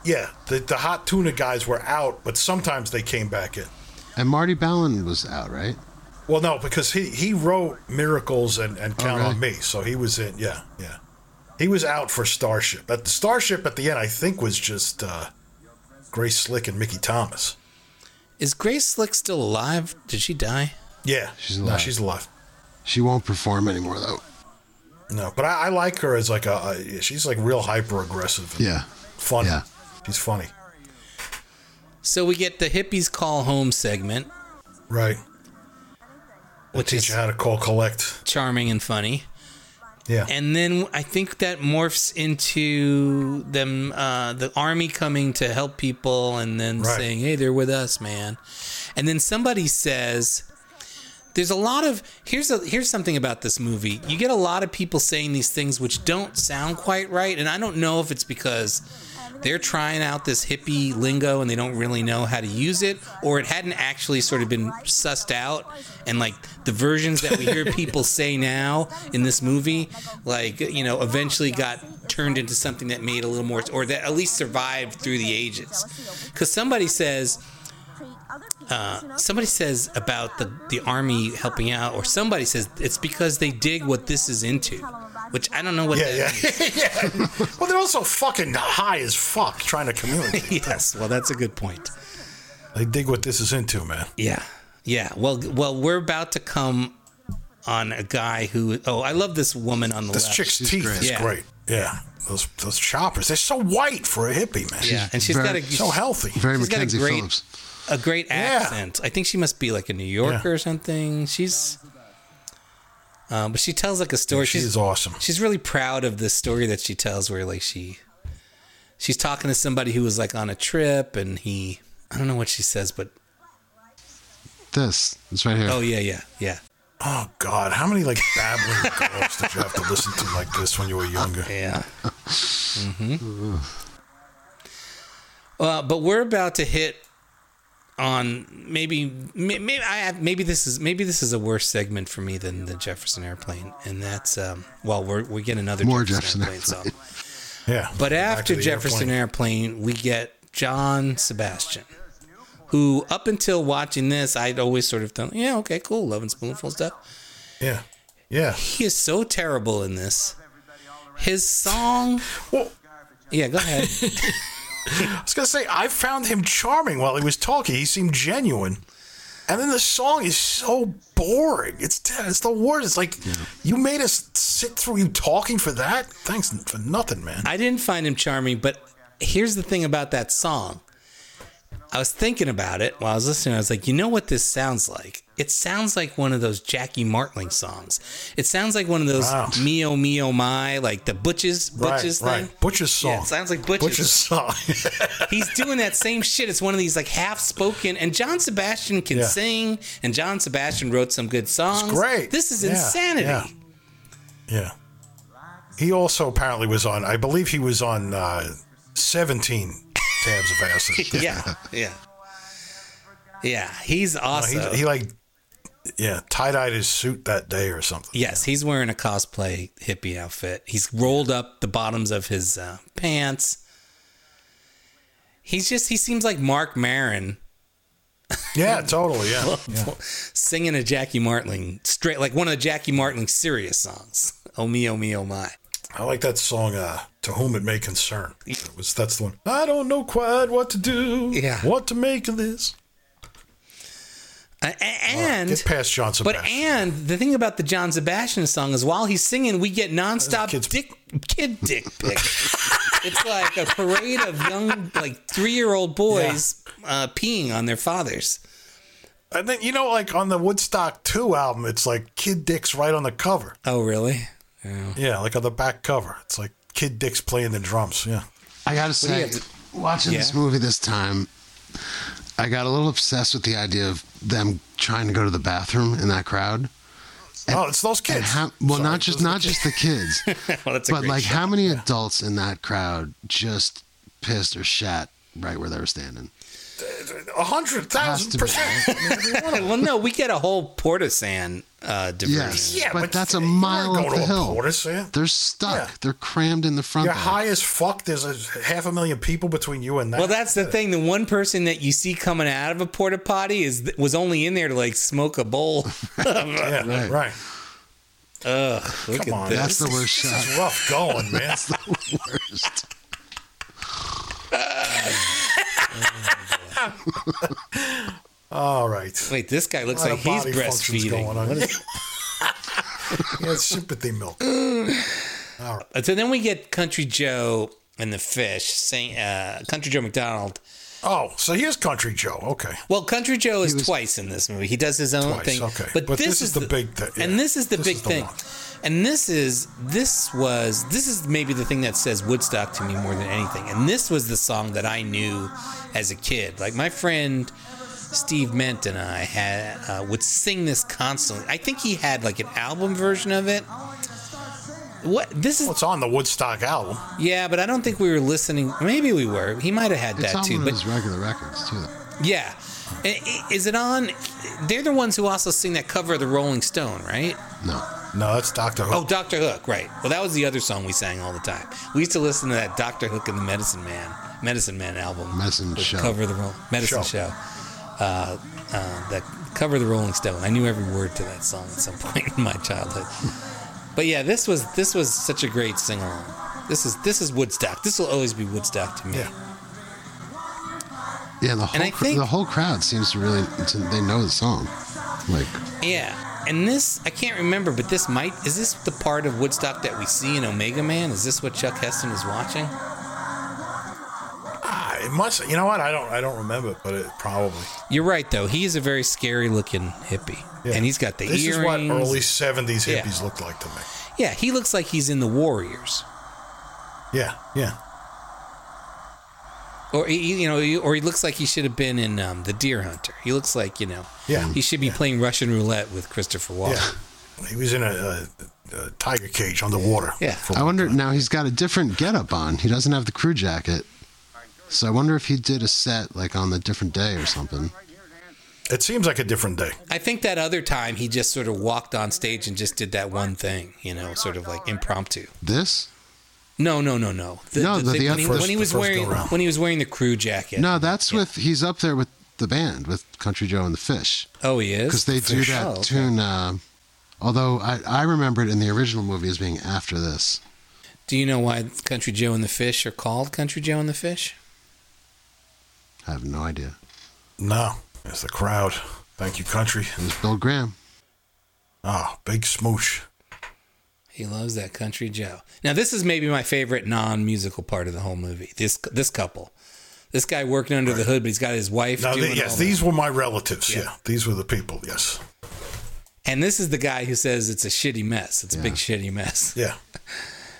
[SPEAKER 2] Yeah, the the Hot Tuna guys were out, but sometimes they came back in.
[SPEAKER 3] and Marty Ballin was out, right?
[SPEAKER 2] Well, no, because he, he wrote Miracles and, and Count
[SPEAKER 3] Oh, really?
[SPEAKER 2] on Me, so he was in. Yeah, yeah, he was out for Starship. But the Starship at the end, I think, was just uh, Grace Slick and Mickey Thomas.
[SPEAKER 1] Is Grace Slick still alive? Did she die?
[SPEAKER 2] Yeah,
[SPEAKER 3] She's
[SPEAKER 2] No,
[SPEAKER 3] alive.
[SPEAKER 2] she's alive.
[SPEAKER 3] She won't perform anymore though.
[SPEAKER 2] No, but I, I like her as like a, a she's like real hyper aggressive. and
[SPEAKER 3] Yeah,
[SPEAKER 2] funny.
[SPEAKER 3] yeah.
[SPEAKER 2] She's funny.
[SPEAKER 1] So we get the hippies call home segment,
[SPEAKER 2] Right. We'll
[SPEAKER 1] which
[SPEAKER 2] teach
[SPEAKER 1] is
[SPEAKER 2] you how to call collect.
[SPEAKER 1] charming and funny.
[SPEAKER 2] Yeah.
[SPEAKER 1] And then I think that morphs into them, uh, the army coming to help people and then
[SPEAKER 2] Right.
[SPEAKER 1] saying, hey, they're with us, man. And then somebody says, there's a lot of here's a here's something about this movie. You get a lot of people saying these things which don't sound quite right, and I don't know if it's because they're trying out this hippie lingo and they don't really know how to use it, or it hadn't actually sort of been sussed out. And like the versions that we hear people say now in this movie, like you know, eventually got turned into something that made a little more, or that at least survived through the ages. Because somebody says uh, somebody says about the, the army helping out, or somebody says it's because they dig what this is into, which I don't know what
[SPEAKER 2] yeah,
[SPEAKER 1] that
[SPEAKER 2] yeah,
[SPEAKER 1] means.
[SPEAKER 2] yeah. Well, they're also fucking high as fuck trying
[SPEAKER 1] (laughs)
[SPEAKER 2] to
[SPEAKER 1] (laughs)
[SPEAKER 2] communicate.
[SPEAKER 1] yes, well, that's a good point.
[SPEAKER 2] they dig what this is into, man.
[SPEAKER 1] Yeah, yeah. Well, well, we're about to come on a guy who. Oh, I love this woman on the
[SPEAKER 2] This
[SPEAKER 1] left.
[SPEAKER 2] chick's
[SPEAKER 3] she's
[SPEAKER 2] teeth
[SPEAKER 3] great.
[SPEAKER 2] is
[SPEAKER 1] Yeah.
[SPEAKER 2] great. Yeah, those those choppers. They're so white for a hippie, man.
[SPEAKER 1] yeah, and she's
[SPEAKER 3] very-
[SPEAKER 1] got a
[SPEAKER 2] so healthy.
[SPEAKER 3] Very
[SPEAKER 1] She's got a
[SPEAKER 3] Mackenzie
[SPEAKER 1] great-
[SPEAKER 3] Phillips.
[SPEAKER 1] a great
[SPEAKER 2] Yeah.
[SPEAKER 1] accent. I think she must be like a New Yorker
[SPEAKER 2] Yeah.
[SPEAKER 1] or something. She's, uh, but she tells like a story.
[SPEAKER 2] She
[SPEAKER 1] she's
[SPEAKER 2] is awesome.
[SPEAKER 1] she's really proud of the story that she tells where like she she's talking to somebody who was like on a trip and he I don't know what she says but
[SPEAKER 3] This it's right here.
[SPEAKER 1] oh yeah yeah yeah
[SPEAKER 2] Oh God, how many like
[SPEAKER 1] (laughs)
[SPEAKER 2] babbling girls did you have to listen to like this when you were younger?
[SPEAKER 1] yeah mhm uh, but we're about to hit on maybe may- maybe I have, maybe this is maybe this is a worse segment for me than the Jefferson airplane and that's um well we're we get another
[SPEAKER 3] More Jefferson
[SPEAKER 1] airplane so
[SPEAKER 2] Yeah.
[SPEAKER 1] But
[SPEAKER 2] Back
[SPEAKER 1] after
[SPEAKER 2] to the
[SPEAKER 1] Jefferson
[SPEAKER 2] airplane.
[SPEAKER 1] Airplane, we get John Sebastian, who up until watching this, I'd always sort of thought, yeah, okay, cool, loving spoonful stuff.
[SPEAKER 2] Yeah. Yeah.
[SPEAKER 1] He is so terrible in this. His song,
[SPEAKER 2] Well,
[SPEAKER 1] yeah, go ahead.
[SPEAKER 2] I was gonna say I found him charming while he was talking. He seemed genuine. And then the song is so boring. It's it's the worst. It's like you made us sit through you talking for that. Thanks for nothing, man.
[SPEAKER 1] I didn't find him charming, but here's the thing about that song. I was thinking about it while I was listening. I was like, you know what this sounds like? It sounds like one of those Jackie Martling songs. It sounds like one of those
[SPEAKER 2] Wow.
[SPEAKER 1] me oh me oh my, like the Butches Butches thing.
[SPEAKER 2] Butch's song.
[SPEAKER 1] Yeah, it sounds like Butch's.
[SPEAKER 2] Butch's song.
[SPEAKER 1] He's doing that same shit. It's one of these like half spoken, and John Sebastian can
[SPEAKER 2] Yeah.
[SPEAKER 1] sing, and John Sebastian wrote some good songs.
[SPEAKER 2] Great.
[SPEAKER 1] This is
[SPEAKER 2] Yeah,
[SPEAKER 1] insanity.
[SPEAKER 2] Yeah. (laughs) Yeah. He also apparently was on. I believe he was on uh, seventeen tabs of acid.
[SPEAKER 1] (laughs) Yeah. Yeah. Yeah. He's awesome.
[SPEAKER 2] Uh, he, he like yeah tie dyed his suit that day or something.
[SPEAKER 1] Yes, he's wearing a cosplay hippie outfit. He's rolled up the bottoms of his uh, pants. He's just, he seems like Mark Marin
[SPEAKER 2] Yeah, totally. Yeah.
[SPEAKER 1] singing a Jackie Martling, straight like one of the Jackie Martling serious songs. Oh, me, oh, me, oh, my.
[SPEAKER 2] I like that song, uh, To Whom It May Concern. It was that's the one. I don't know quite what to do.
[SPEAKER 1] Yeah.
[SPEAKER 2] What to make of this.
[SPEAKER 1] Uh, a- and
[SPEAKER 2] Get past John
[SPEAKER 1] But
[SPEAKER 2] Sebastian.
[SPEAKER 1] and the thing about the John Sebastian song is while he's singing, we get nonstop
[SPEAKER 2] Kids-
[SPEAKER 1] dick kid dick pics. it's like a parade of young, like three year old boys uh, peeing on their fathers.
[SPEAKER 2] and then you know, like on the Woodstock Two album, it's like Kid Dick's right on the cover.
[SPEAKER 1] Oh, really?
[SPEAKER 2] Yeah, like on the back cover. It's like Kid Dick's playing the drums. Yeah.
[SPEAKER 3] I gotta say,
[SPEAKER 1] have to-
[SPEAKER 3] watching this
[SPEAKER 1] Yeah.
[SPEAKER 3] movie this time, I got a little obsessed with the idea of them trying to go to the bathroom in that crowd.
[SPEAKER 2] oh, it's those
[SPEAKER 3] And
[SPEAKER 2] kids.
[SPEAKER 3] how, well,
[SPEAKER 2] Sorry,
[SPEAKER 3] not just
[SPEAKER 2] those
[SPEAKER 3] not just the kids,
[SPEAKER 1] Well, that's a
[SPEAKER 3] but
[SPEAKER 1] great
[SPEAKER 3] like
[SPEAKER 1] show.
[SPEAKER 3] how many adults in that crowd just pissed or shat right where they were standing?
[SPEAKER 2] a hundred
[SPEAKER 3] Has
[SPEAKER 2] thousand
[SPEAKER 3] to be.
[SPEAKER 2] percent.
[SPEAKER 1] (laughs) well, no, we get a whole Portisand uh, diversion.
[SPEAKER 3] Yes.
[SPEAKER 2] Yeah,
[SPEAKER 3] But that's a
[SPEAKER 2] you
[SPEAKER 3] mile
[SPEAKER 2] weren't
[SPEAKER 3] up
[SPEAKER 2] going
[SPEAKER 3] the
[SPEAKER 2] to a
[SPEAKER 3] hill.
[SPEAKER 2] Portisand.
[SPEAKER 3] They're stuck.
[SPEAKER 2] Yeah.
[SPEAKER 3] They're crammed in the front.
[SPEAKER 2] You're
[SPEAKER 3] there.
[SPEAKER 2] high as fuck. There's a half a million people between you and that.
[SPEAKER 1] Well, that's the thing. The one person that you see coming out of a porta potty is was only in there to like smoke a bowl.
[SPEAKER 2] yeah,
[SPEAKER 3] Right.
[SPEAKER 2] right.
[SPEAKER 1] Ugh, look
[SPEAKER 2] (laughs)
[SPEAKER 1] at
[SPEAKER 2] Come on,
[SPEAKER 1] this.
[SPEAKER 3] That's the worst shot.
[SPEAKER 2] It's rough going, man.
[SPEAKER 3] Worst.
[SPEAKER 2] (laughs) All right.
[SPEAKER 1] Wait, this guy looks
[SPEAKER 2] lot
[SPEAKER 1] like
[SPEAKER 2] of
[SPEAKER 1] he's
[SPEAKER 2] body functions
[SPEAKER 1] breastfeeding.
[SPEAKER 2] going on.
[SPEAKER 1] What
[SPEAKER 2] (laughs)
[SPEAKER 1] is-
[SPEAKER 2] Yeah, it's sympathy milk.
[SPEAKER 1] Uh, so then we get Country Joe and the fish saying, uh, Country Joe McDonald.
[SPEAKER 2] Oh, so here's Country Joe. Okay.
[SPEAKER 1] Well, Country Joe is twice in this movie. He does his own
[SPEAKER 2] Twice,
[SPEAKER 1] thing.
[SPEAKER 2] okay. But this is the big thing, yeah.
[SPEAKER 1] And this is the
[SPEAKER 2] This
[SPEAKER 1] big
[SPEAKER 2] is the
[SPEAKER 1] thing.
[SPEAKER 2] one.
[SPEAKER 1] And this is this was this is maybe the thing that says Woodstock to me more than anything. And this was the song that I knew as a kid. Like my friend Steve Ment and I had uh, would sing this constantly. I think he had like an album version of it. What this is
[SPEAKER 2] Well, it's on the Woodstock album.
[SPEAKER 1] yeah, but I don't think we were listening. Maybe we were. He might have had
[SPEAKER 3] It's
[SPEAKER 1] that
[SPEAKER 3] on
[SPEAKER 1] too.
[SPEAKER 3] one of
[SPEAKER 1] But
[SPEAKER 3] his regular records too.
[SPEAKER 1] yeah, I- i- is it on? They're the ones who also sing that cover of the Rolling Stone, right?
[SPEAKER 3] No,
[SPEAKER 2] No, that's Doctor Who.
[SPEAKER 1] Oh, Doctor Hook, right? Well, that was the other song we sang all the time. We used to listen to that Doctor Hook and the Medicine Man, Medicine Man album,
[SPEAKER 3] Medicine
[SPEAKER 1] the
[SPEAKER 3] Show.
[SPEAKER 1] cover of the Ro- Medicine Show,
[SPEAKER 2] Show.
[SPEAKER 1] uh, uh, that cover of the Rolling Stone. I knew every word to that song at some (laughs) point in my childhood. But yeah, this was this was such a great sing along. This is this is Woodstock. This will always be Woodstock to me.
[SPEAKER 2] Yeah.
[SPEAKER 3] Yeah, the whole
[SPEAKER 1] I
[SPEAKER 3] cr-
[SPEAKER 1] think-
[SPEAKER 3] the whole crowd seems to really to, they know the song. Like
[SPEAKER 1] Yeah, and this I can't remember, but this might is this the part of Woodstock that we see in Omega Man? Is this what Chuck Heston is watching?
[SPEAKER 2] Ah, it must. You know what? I don't. I don't remember, but it probably.
[SPEAKER 1] You're right, though. He is a very scary looking hippie,
[SPEAKER 2] Yeah.
[SPEAKER 1] and he's got the
[SPEAKER 2] This
[SPEAKER 1] earrings.
[SPEAKER 2] is what early '70s
[SPEAKER 1] Yeah.
[SPEAKER 2] hippies looked like to me.
[SPEAKER 1] yeah, he looks like he's in the Warriors,
[SPEAKER 2] Yeah, yeah.
[SPEAKER 1] or he, he- you know, he- or he looks like he should have been in um, the Deer Hunter. He looks like you know,
[SPEAKER 2] Yeah.
[SPEAKER 1] he should be playing Russian roulette with Christopher Walken.
[SPEAKER 2] Yeah. He was in a, a, a tiger cage underwater.
[SPEAKER 1] Yeah.
[SPEAKER 2] For-
[SPEAKER 3] I wonder now he's got a different getup on. He doesn't have the crew jacket, so I wonder if he did a set like on a different day or something.
[SPEAKER 2] it seems like a different day.
[SPEAKER 1] I think that other time he just sort of walked on stage and just did that one thing, you know, sort of like impromptu.
[SPEAKER 3] This?
[SPEAKER 1] No, no, no, no.
[SPEAKER 3] No, the-
[SPEAKER 1] thing-
[SPEAKER 3] the
[SPEAKER 1] when, he,
[SPEAKER 3] first-
[SPEAKER 1] when he
[SPEAKER 2] the
[SPEAKER 1] was
[SPEAKER 2] first
[SPEAKER 1] wearing
[SPEAKER 2] go-round.
[SPEAKER 1] when he was wearing the crew jacket.
[SPEAKER 3] No, that's with he's up there with the band with Country Joe and the Fish
[SPEAKER 1] Oh, he is
[SPEAKER 3] because they do
[SPEAKER 1] Fish.
[SPEAKER 3] that
[SPEAKER 1] Oh, okay.
[SPEAKER 3] tune. Uh, although I I remember it in the original movie as being after this.
[SPEAKER 1] Do you know why Country Joe and the Fish are called Country Joe and the Fish?
[SPEAKER 3] I have no idea.
[SPEAKER 2] No, it's the crowd. Thank you, country.
[SPEAKER 3] It was Bill Graham.
[SPEAKER 2] Oh, big smooch.
[SPEAKER 1] He loves that country Joe. Now this is maybe my favorite non-musical part of the whole movie. This this couple, this guy working under the hood, but he's got his wife.
[SPEAKER 2] Now,
[SPEAKER 1] doing
[SPEAKER 2] the,
[SPEAKER 1] all
[SPEAKER 2] yes,
[SPEAKER 1] that.
[SPEAKER 2] these were my relatives.
[SPEAKER 1] Yeah.
[SPEAKER 2] Yeah. these were the people. Yes.
[SPEAKER 1] And this is the guy who says it's a shitty mess. It's a big shitty mess.
[SPEAKER 2] Yeah.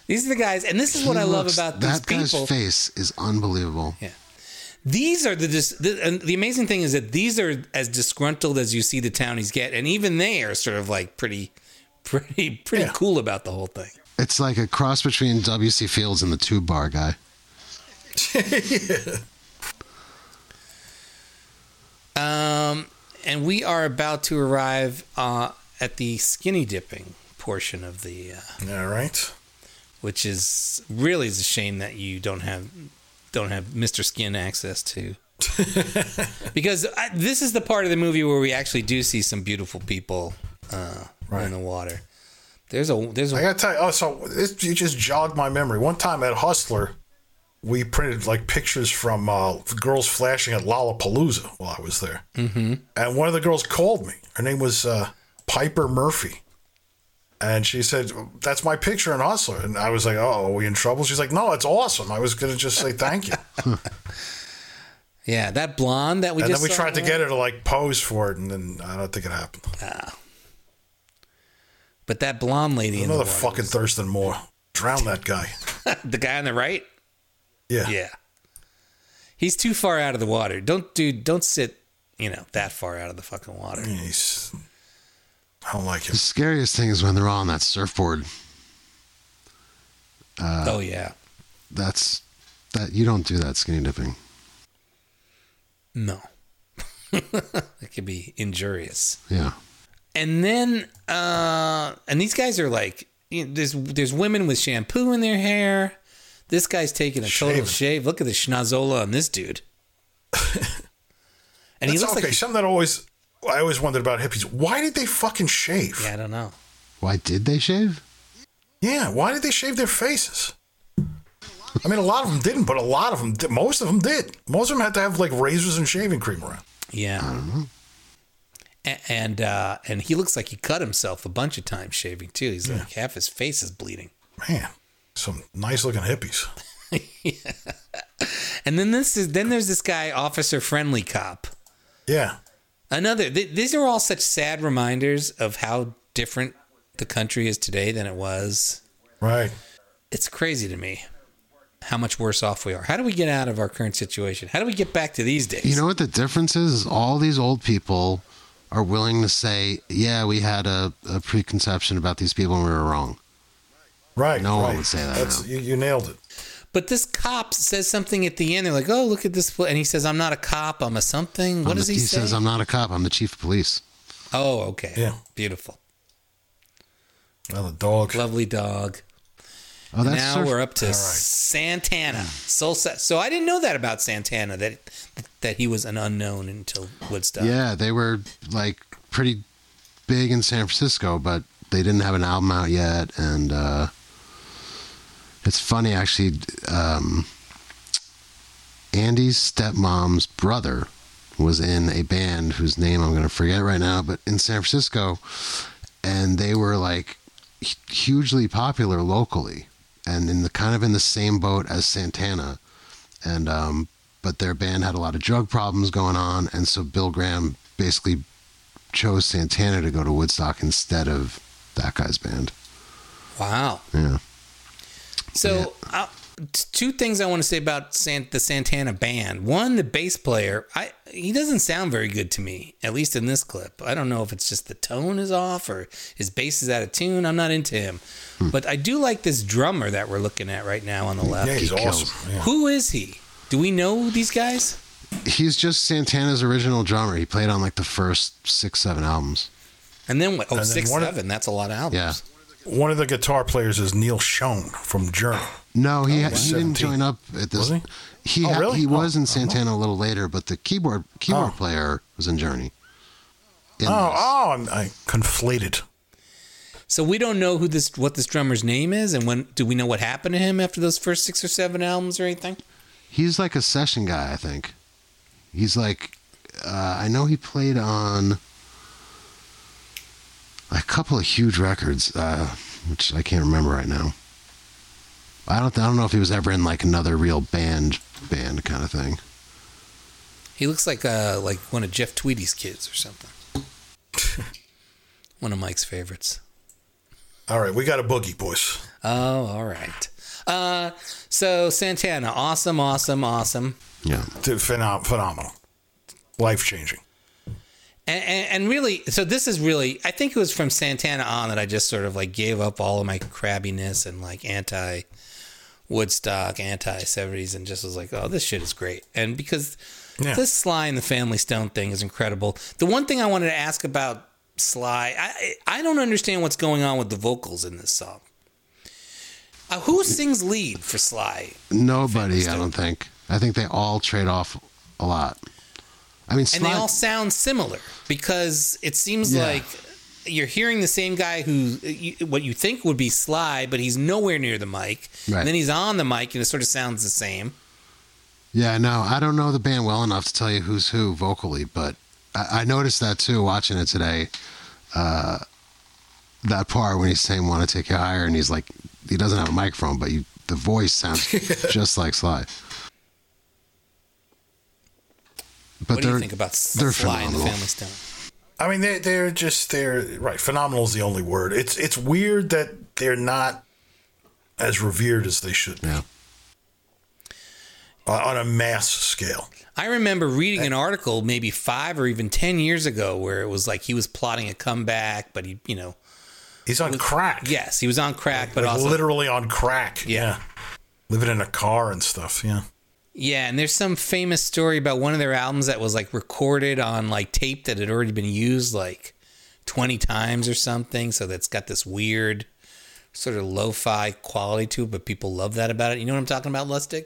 [SPEAKER 1] These are the guys, and this is what
[SPEAKER 3] He
[SPEAKER 1] I love
[SPEAKER 3] looks-
[SPEAKER 1] about these
[SPEAKER 3] that guy's
[SPEAKER 1] people.
[SPEAKER 3] face is unbelievable.
[SPEAKER 1] These are the, dis- the and the amazing thing is that these are as disgruntled as you see the townies get, and even they are sort of like pretty, pretty, pretty
[SPEAKER 2] Yeah.
[SPEAKER 1] cool about the whole thing.
[SPEAKER 3] It's like a cross between W.C. Fields and the Tube Bar guy.
[SPEAKER 1] Um, and we are about to arrive uh, at the skinny dipping portion of the, uh,
[SPEAKER 2] All right.
[SPEAKER 1] which is really is a shame that you don't have don't have Mr. Skin access
[SPEAKER 2] (laughs)
[SPEAKER 1] to. because I, this is the part of the movie where we actually do see some beautiful people uh, in
[SPEAKER 2] Right.
[SPEAKER 1] the water. There's a there's
[SPEAKER 2] I
[SPEAKER 1] a
[SPEAKER 2] gotta tell you. Oh, so it, you just jogged my memory. One time at Hustler, we printed like pictures from uh, girls flashing at Lollapalooza while I was there, mm-hmm. and one of the girls called me. Her name was uh, Piper Murphy, and she said, "That's my picture in Hustler." And I was like, "Oh, are we in trouble?" She's like, "No, it's awesome." I was gonna just say
[SPEAKER 1] (laughs)
[SPEAKER 2] thank you,
[SPEAKER 1] yeah that blonde that we
[SPEAKER 2] and
[SPEAKER 1] just
[SPEAKER 2] then we
[SPEAKER 1] saw-
[SPEAKER 2] tried to get her to like pose for it, and then I don't think it happened.
[SPEAKER 1] but that blonde lady in the
[SPEAKER 2] Another
[SPEAKER 1] water,
[SPEAKER 2] fucking Thurston Moore. Drown that guy.
[SPEAKER 1] the guy on the right
[SPEAKER 2] Yeah.
[SPEAKER 1] Yeah. He's too far out of the water. Don't do don't sit, you know, that far out of the fucking water.
[SPEAKER 2] He's- I don't like
[SPEAKER 3] The
[SPEAKER 2] it.
[SPEAKER 3] scariest thing is when they're on that surfboard.
[SPEAKER 1] oh yeah.
[SPEAKER 3] That's that you don't do that skinny dipping.
[SPEAKER 1] No. (laughs) it could be injurious.
[SPEAKER 3] Yeah.
[SPEAKER 1] And then uh and these guys are like you know, there's there's women with shampoo in their hair. This guy's taking a total
[SPEAKER 2] Shaving.
[SPEAKER 1] shave. Look at the schnozola on this dude. and he
[SPEAKER 2] It's
[SPEAKER 1] looks
[SPEAKER 2] okay.
[SPEAKER 1] like
[SPEAKER 2] Something that always I always wondered about hippies. Why did they fucking shave?
[SPEAKER 1] Yeah, (laughs) I don't know.
[SPEAKER 3] Why did they shave?
[SPEAKER 2] Yeah, why did they shave their faces? I mean, a lot of them didn't, but a lot of them, did. most of them did. Most of them had to have like razors and shaving cream around.
[SPEAKER 1] Yeah.
[SPEAKER 3] Mm-hmm.
[SPEAKER 1] A- And uh, and he looks like he cut himself a bunch of times shaving too. He's like half his face is bleeding.
[SPEAKER 2] Man, some nice looking hippies.
[SPEAKER 1] And then this is then there's this guy, officer friendly cop.
[SPEAKER 2] Yeah,
[SPEAKER 1] Another. Th- these are all such sad reminders of how different the country is today than it was.
[SPEAKER 2] right.
[SPEAKER 1] It's crazy to me how much worse off we are. How do we get out of our current situation? How do we get back to these days?
[SPEAKER 3] You know what the difference is? is all these old people are willing to say, "Yeah, we had a, a preconception about these people and we were wrong."
[SPEAKER 2] Right.
[SPEAKER 3] No one
[SPEAKER 2] right.
[SPEAKER 3] would say that
[SPEAKER 2] That's
[SPEAKER 3] now.
[SPEAKER 2] you, you nailed it.
[SPEAKER 1] But this cop says something at the end. They're like, "Oh, look at this," pl-" and he says, "I'm not a cop. I'm a something." What
[SPEAKER 3] I'm
[SPEAKER 1] does
[SPEAKER 3] the-
[SPEAKER 1] he, say?
[SPEAKER 3] says, "I'm not a cop. I'm the chief of police."
[SPEAKER 1] oh, okay.
[SPEAKER 2] Yeah.
[SPEAKER 1] Beautiful.
[SPEAKER 2] Well, the dog.
[SPEAKER 1] Lovely dog.
[SPEAKER 3] Oh, that's
[SPEAKER 1] now
[SPEAKER 3] surf-
[SPEAKER 1] we're up to
[SPEAKER 2] All right.
[SPEAKER 1] Santana. So sa- so I didn't know that about Santana that that he was an unknown until Woodstock.
[SPEAKER 3] yeah. They were like pretty big in San Francisco, but they didn't have an album out yet. And uh, it's funny, actually. Um, Andy's stepmom's brother was in a band whose name I'm going to forget right now, but in San Francisco, and they were like h- hugely popular locally and in the kind of in the same boat as Santana. And um but their band had a lot of drug problems going on and so Bill Graham basically chose Santana to go to Woodstock instead of that guy's band.
[SPEAKER 1] Wow.
[SPEAKER 3] Yeah.
[SPEAKER 1] So uh, t- two things I want to say about San- the Santana band. One, the bass player. I he doesn't sound very good to me, at least in this clip. I don't know if it's just the tone is off or his bass is out of tune. I'm not into him.
[SPEAKER 3] Hmm.
[SPEAKER 1] But I do like this drummer that we're looking at right now on the left.
[SPEAKER 2] yeah, he's
[SPEAKER 3] kills.
[SPEAKER 2] awesome. Yeah.
[SPEAKER 1] Who is he? Do we know these guys?
[SPEAKER 3] He's just Santana's original drummer. He played on like the first 6 7 albums.
[SPEAKER 1] And then what? Oh,
[SPEAKER 2] And then
[SPEAKER 1] six,
[SPEAKER 2] one of-
[SPEAKER 1] seven. That's a lot of albums.
[SPEAKER 3] Yeah.
[SPEAKER 2] One of the guitar players is Neil Schoen from Journey.
[SPEAKER 3] No, he,
[SPEAKER 2] Oh, wow.
[SPEAKER 3] he didn't join up at this.
[SPEAKER 2] Was he?
[SPEAKER 3] He,
[SPEAKER 2] Oh,
[SPEAKER 3] ha-
[SPEAKER 2] really?
[SPEAKER 3] he was
[SPEAKER 2] Oh,
[SPEAKER 3] in Santana a little later, but the keyboard keyboard
[SPEAKER 2] Oh.
[SPEAKER 3] player was in Journey.
[SPEAKER 2] Oh,
[SPEAKER 3] In this.
[SPEAKER 2] oh, I'm, I conflated.
[SPEAKER 1] So we don't know who this what this drummer's name is, and when do we know what happened to him after those first six or seven albums or anything?
[SPEAKER 3] He's like a session guy, I think. He's like, uh, I know he played on a couple of huge records, uh, which I can't remember right now. I don't, I don't know if he was ever in like another real band, band kind of thing.
[SPEAKER 1] He looks like uh like one of Jeff Tweedy's kids or something. one of Mike's favorites.
[SPEAKER 2] All right, we got a boogie, boys.
[SPEAKER 1] Oh, all right. Uh, so Santana, awesome, awesome, awesome.
[SPEAKER 3] Yeah.
[SPEAKER 2] Dude, phenom- phenomenal, life changing.
[SPEAKER 1] And, and, and really, so this is really, I think it was from Santana on that I just sort of like gave up all of my crabbiness and like anti Woodstock, anti 70s, and just was like, oh, this shit is great. And because
[SPEAKER 2] Yeah.
[SPEAKER 1] this Sly and the Family Stone thing is incredible. The one thing I wanted to ask about Sly, I, I I don't understand what's going on with the vocals in this song. Uh, who sings lead for Sly?
[SPEAKER 3] Nobody, I don't think. I think they all trade off a lot. I mean,
[SPEAKER 1] and they
[SPEAKER 3] Sly-
[SPEAKER 1] all sound similar because it seems
[SPEAKER 3] Yeah.
[SPEAKER 1] like you're hearing the same guy who you, what you think would be Sly, but he's nowhere near the mic.
[SPEAKER 3] Right.
[SPEAKER 1] And then he's on the mic, and it sort of sounds the same.
[SPEAKER 3] Yeah, no, I don't know the band well enough to tell you who's who vocally, but I, I noticed that too watching it today. Uh, that part when he's saying "Want to take you higher" and he's like, he doesn't have a microphone, but you, the
[SPEAKER 1] (laughs)
[SPEAKER 3] voice sounds just like Sly. But
[SPEAKER 1] what do
[SPEAKER 3] they're
[SPEAKER 1] you think about S-
[SPEAKER 3] they're
[SPEAKER 1] Sly and the
[SPEAKER 3] phenomenal.
[SPEAKER 1] Family Stone?
[SPEAKER 2] I mean, they're, they're just they're right. Phenomenal is the only word. It's it's weird that they're not as revered as they should be
[SPEAKER 3] yeah,
[SPEAKER 2] on on a Uh, mass scale.
[SPEAKER 1] I remember reading an article maybe five or even ten years ago where it was like he was plotting a comeback, but he, you know,
[SPEAKER 2] He's on crack.
[SPEAKER 1] yes, he was on crack, but also
[SPEAKER 2] literally on crack.
[SPEAKER 1] Yeah.
[SPEAKER 2] Living in a car and stuff. Yeah.
[SPEAKER 1] Yeah, and there's some famous story about one of their albums that was like recorded on like tape that had already been used like 20 times or something. So that's got this weird sort of lo fi quality to it, but people love that about it. You know what I'm talking about, Lustig?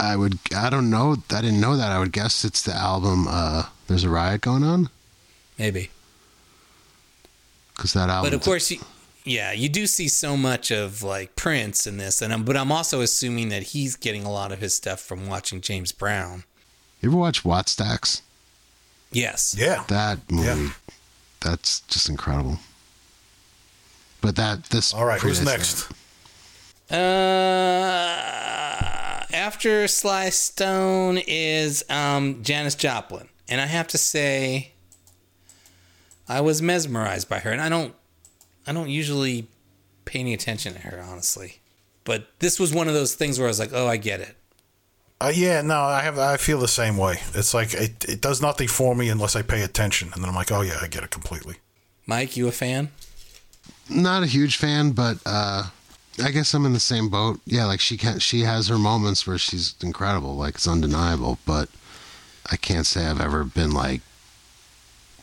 [SPEAKER 3] I would. I don't know. I didn't know that. I would guess it's the album. Uh, There's a riot going on
[SPEAKER 1] Maybe.
[SPEAKER 3] because that album.
[SPEAKER 1] But of course, you, yeah, you do see so much of like Prince in this, and I'm, but I'm also assuming that he's getting a lot of his stuff from watching James Brown.
[SPEAKER 3] you ever watch Watt Stacks?
[SPEAKER 1] Yes.
[SPEAKER 2] Yeah.
[SPEAKER 3] That movie.
[SPEAKER 2] Yeah.
[SPEAKER 3] That's just incredible. But that this.
[SPEAKER 2] All right. Who's
[SPEAKER 3] predates that.
[SPEAKER 2] next?
[SPEAKER 1] Uh, after Sly Stone is um, Janis Joplin, and I have to say, I was mesmerized by her, and I don't, I don't usually pay any attention to her honestly, but this was one of those things where I was like, oh, I get it.
[SPEAKER 2] Uh, yeah. No, I have. I feel the same way. It's like it, it does nothing for me unless I pay attention, and then I'm like, oh yeah, I get it completely.
[SPEAKER 1] Mike, you a fan?
[SPEAKER 3] Not a huge fan, but uh, I guess I'm in the same boat. Yeah, like she can. She has her moments where she's incredible. Like it's undeniable. But I can't say I've ever been like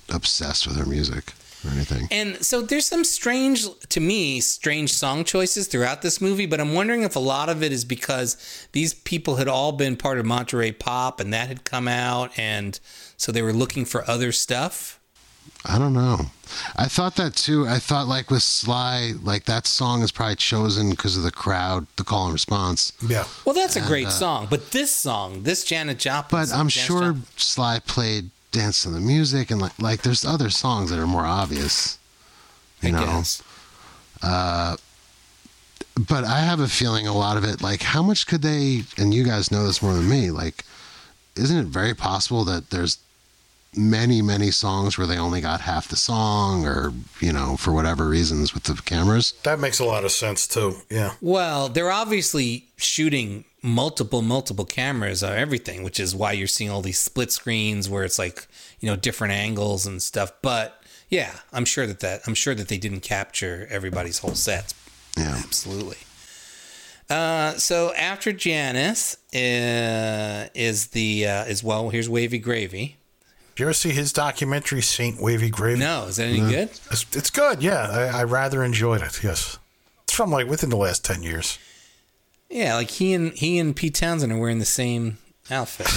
[SPEAKER 3] obsessed with her music or anything.
[SPEAKER 1] And so there's some strange, to me, strange song choices throughout this movie, but I'm wondering if a lot of it is because these people had all been part of Monterey Pop and that had come out, and so they were looking for other stuff.
[SPEAKER 3] I don't know. I thought that too. I thought like with Sly, like that song is probably chosen because of the crowd, the call and response.
[SPEAKER 2] Yeah.
[SPEAKER 1] Well, that's a great song, but this song, this Janet Joplin,
[SPEAKER 3] Uh-huh. But
[SPEAKER 1] song,
[SPEAKER 3] I'm
[SPEAKER 1] Janis
[SPEAKER 3] sure
[SPEAKER 1] Joplin-
[SPEAKER 3] Sly played Dance to the Music and like, like there's other songs that are more obvious. You
[SPEAKER 1] I
[SPEAKER 3] know.
[SPEAKER 1] guess.
[SPEAKER 3] But I have a feeling a lot of it like how much could they and you guys know this more than me, like isn't it very possible that there's many, many songs where they only got half the song or, you know, for whatever reasons with the cameras?
[SPEAKER 2] That makes a lot of sense too. Yeah.
[SPEAKER 1] Well, they're obviously shooting multiple, multiple cameras on everything, which is why you're seeing all these split screens where it's like, you know, different angles and stuff. But yeah, I'm sure that that, I'm sure that they didn't capture everybody's whole sets.
[SPEAKER 3] Yeah.
[SPEAKER 1] Absolutely. Uh, so after Janice uh, is the, uh, is well, here's Wavy Gravy.
[SPEAKER 2] Did you ever see his documentary Saint Wavy Gravy?
[SPEAKER 1] No, is that any good?
[SPEAKER 2] It's, it's good. Yeah. I, I rather enjoyed it. Yes. It's from like within the last ten years.
[SPEAKER 1] Yeah. Like he and, he and Pete Townsend are wearing the same outfit.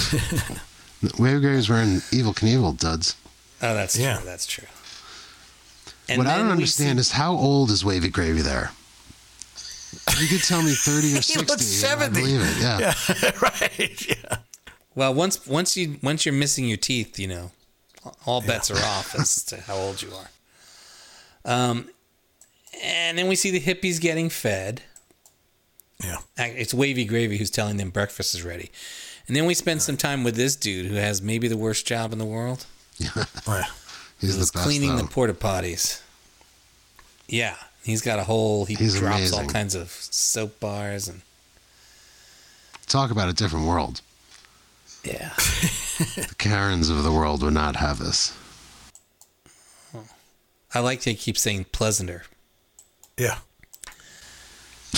[SPEAKER 3] Wave Graves wearing Evil Knievel duds.
[SPEAKER 1] oh, that's
[SPEAKER 2] Yeah.
[SPEAKER 1] true. That's true. And
[SPEAKER 3] what I
[SPEAKER 1] then
[SPEAKER 3] don't
[SPEAKER 1] we
[SPEAKER 3] understand
[SPEAKER 1] see-
[SPEAKER 3] is how old is Wavy Gravy there? You could tell
[SPEAKER 1] (laughs)
[SPEAKER 3] me 30 or 60.
[SPEAKER 2] looks
[SPEAKER 3] and I
[SPEAKER 2] 70.
[SPEAKER 3] believe it, yeah.
[SPEAKER 2] (laughs) right. Yeah.
[SPEAKER 1] Well, once once you once you're missing your teeth, you know, all bets are off as to how old you are. Um, and then we see the hippies getting fed.
[SPEAKER 2] Yeah.
[SPEAKER 1] Ac- It's Wavy Gravy who's telling them breakfast is ready. And then we spend some time with this dude who has maybe the worst job in the world.
[SPEAKER 2] Yeah.
[SPEAKER 3] He's
[SPEAKER 1] He's
[SPEAKER 3] the best,
[SPEAKER 1] cleaning the
[SPEAKER 3] though.
[SPEAKER 1] porta potties. Yeah, he's got a whole. He
[SPEAKER 3] He's
[SPEAKER 1] drops all
[SPEAKER 3] amazing.
[SPEAKER 1] kinds of soap bars and
[SPEAKER 3] Talk about a different world. (laughs)
[SPEAKER 1] yeah.
[SPEAKER 3] The Karens of the world would not have this.
[SPEAKER 1] I like to keep saying pleasanter
[SPEAKER 2] Yeah.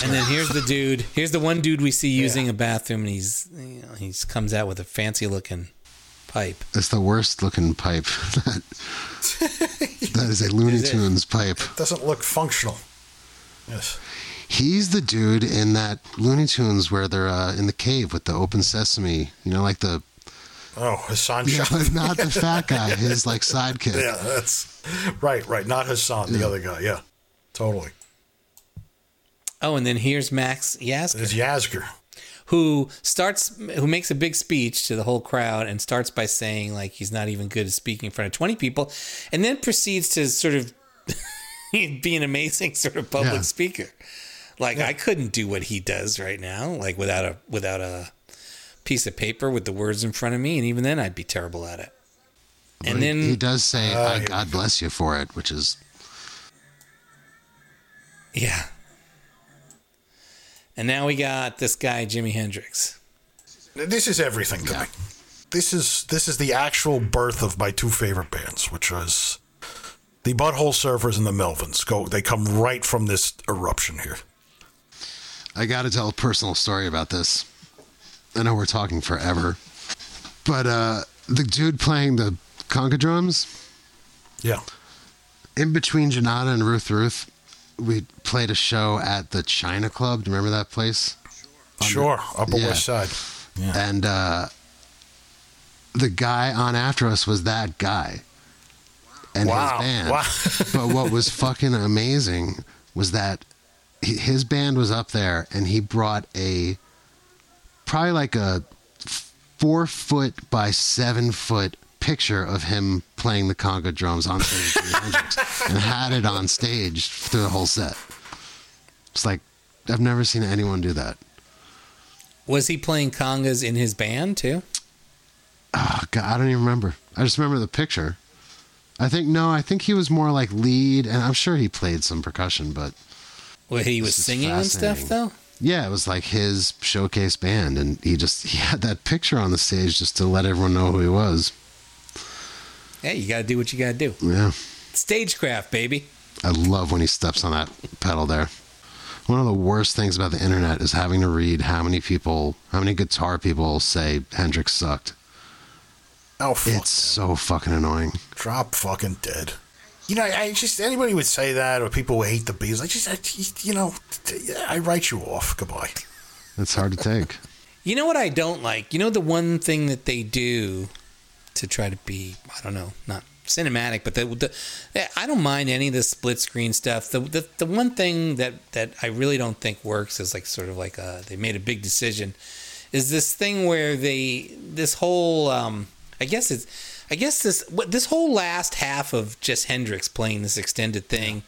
[SPEAKER 1] And then here's the dude. Here's the one dude we see using a bathroom, and he's you know, he's comes out with a fancy looking pipe.
[SPEAKER 3] It's the worst looking pipe. (laughs) that, that is a Looney
[SPEAKER 1] it?
[SPEAKER 3] Tunes pipe.
[SPEAKER 2] Doesn't look functional. Yes.
[SPEAKER 3] He's the dude in that Looney Tunes where they're uh, in the cave with the open sesame. You know, like the.
[SPEAKER 2] Oh, Hassan
[SPEAKER 3] (laughs) Yeah,
[SPEAKER 2] Shah.
[SPEAKER 3] but not the fat guy, his like sidekick.
[SPEAKER 2] Yeah, that's right, right. Not Hassan, the other guy. Yeah, totally.
[SPEAKER 1] Oh, and then here's Max Yask,
[SPEAKER 2] It's Yazger.
[SPEAKER 1] who starts who makes a big speech to the whole crowd and starts by saying like he's not even good at speaking in front of twenty people, and then proceeds to sort of (laughs) be an amazing sort of public
[SPEAKER 3] Yeah.
[SPEAKER 1] speaker. Like I couldn't do what he does right now, like without a without a piece of paper with the words in front of me, and even then I'd be terrible at it. And
[SPEAKER 3] He-
[SPEAKER 1] then
[SPEAKER 3] he does say, "I
[SPEAKER 2] yeah.
[SPEAKER 3] God bless you for it," which is
[SPEAKER 1] Yeah. And now we got this guy, Jimi Hendrix.
[SPEAKER 2] This is everything to me. this is this is the actual birth of my two favorite bands, which was the Butthole Surfers and the Melvins. Go, they come right from this eruption here.
[SPEAKER 3] I got to tell a personal story about this. I know we're talking forever, but uh, the dude playing the conga drums
[SPEAKER 2] Yeah,
[SPEAKER 3] in between Janata and Ruth Ruth, we played a show at the China Club. Do you remember that place?
[SPEAKER 2] sure, Upper
[SPEAKER 3] yeah.
[SPEAKER 2] West Side. Yeah.
[SPEAKER 3] And uh, the guy on after us was that guy and
[SPEAKER 2] Wow.
[SPEAKER 3] his band.
[SPEAKER 2] Wow.
[SPEAKER 3] (laughs) but what was fucking amazing was that hi- his band was up there and he brought a probably like a four foot by seven foot picture of him playing the conga drums on stage
[SPEAKER 2] (laughs)
[SPEAKER 3] with Jimi Hendrix and had it on stage through the whole set. It's like I've never seen anyone do that.
[SPEAKER 1] Was he playing congas in his band too?
[SPEAKER 3] Oh, God, I don't even remember. I just remember the picture. I think no, I think he was more like lead, and I'm sure he played some percussion, but
[SPEAKER 1] Where he was
[SPEAKER 3] This is
[SPEAKER 1] singing and stuff though?
[SPEAKER 3] fascinating. yeah, it was like his showcase band, and he just (laughs) he had that picture on the stage just to let everyone know who he was.
[SPEAKER 1] Hey, you gotta do what you gotta do.
[SPEAKER 3] Yeah,
[SPEAKER 1] Stagecraft, baby.
[SPEAKER 3] I love when he steps on that pedal there. One of the worst things about the internet is having to read how many people, how many guitar people say Hendrix sucked.
[SPEAKER 2] Oh, fuck.
[SPEAKER 3] It's so fucking annoying.
[SPEAKER 2] drop fucking dead. You know, I just anybody would say that, or people who hate the Beatles. I just, I, you know, I write you off. Goodbye.
[SPEAKER 3] It's hard to take.
[SPEAKER 1] You know what I don't like? You know the one thing that they do to try to be, I don't know, not cinematic, but the, the I don't mind any of the split screen stuff. The, the the one thing that that I really don't think works is like sort of like uh they made a big decision is this thing where they this whole um I guess it's I guess this what this whole last half of just Hendrix playing this extended thing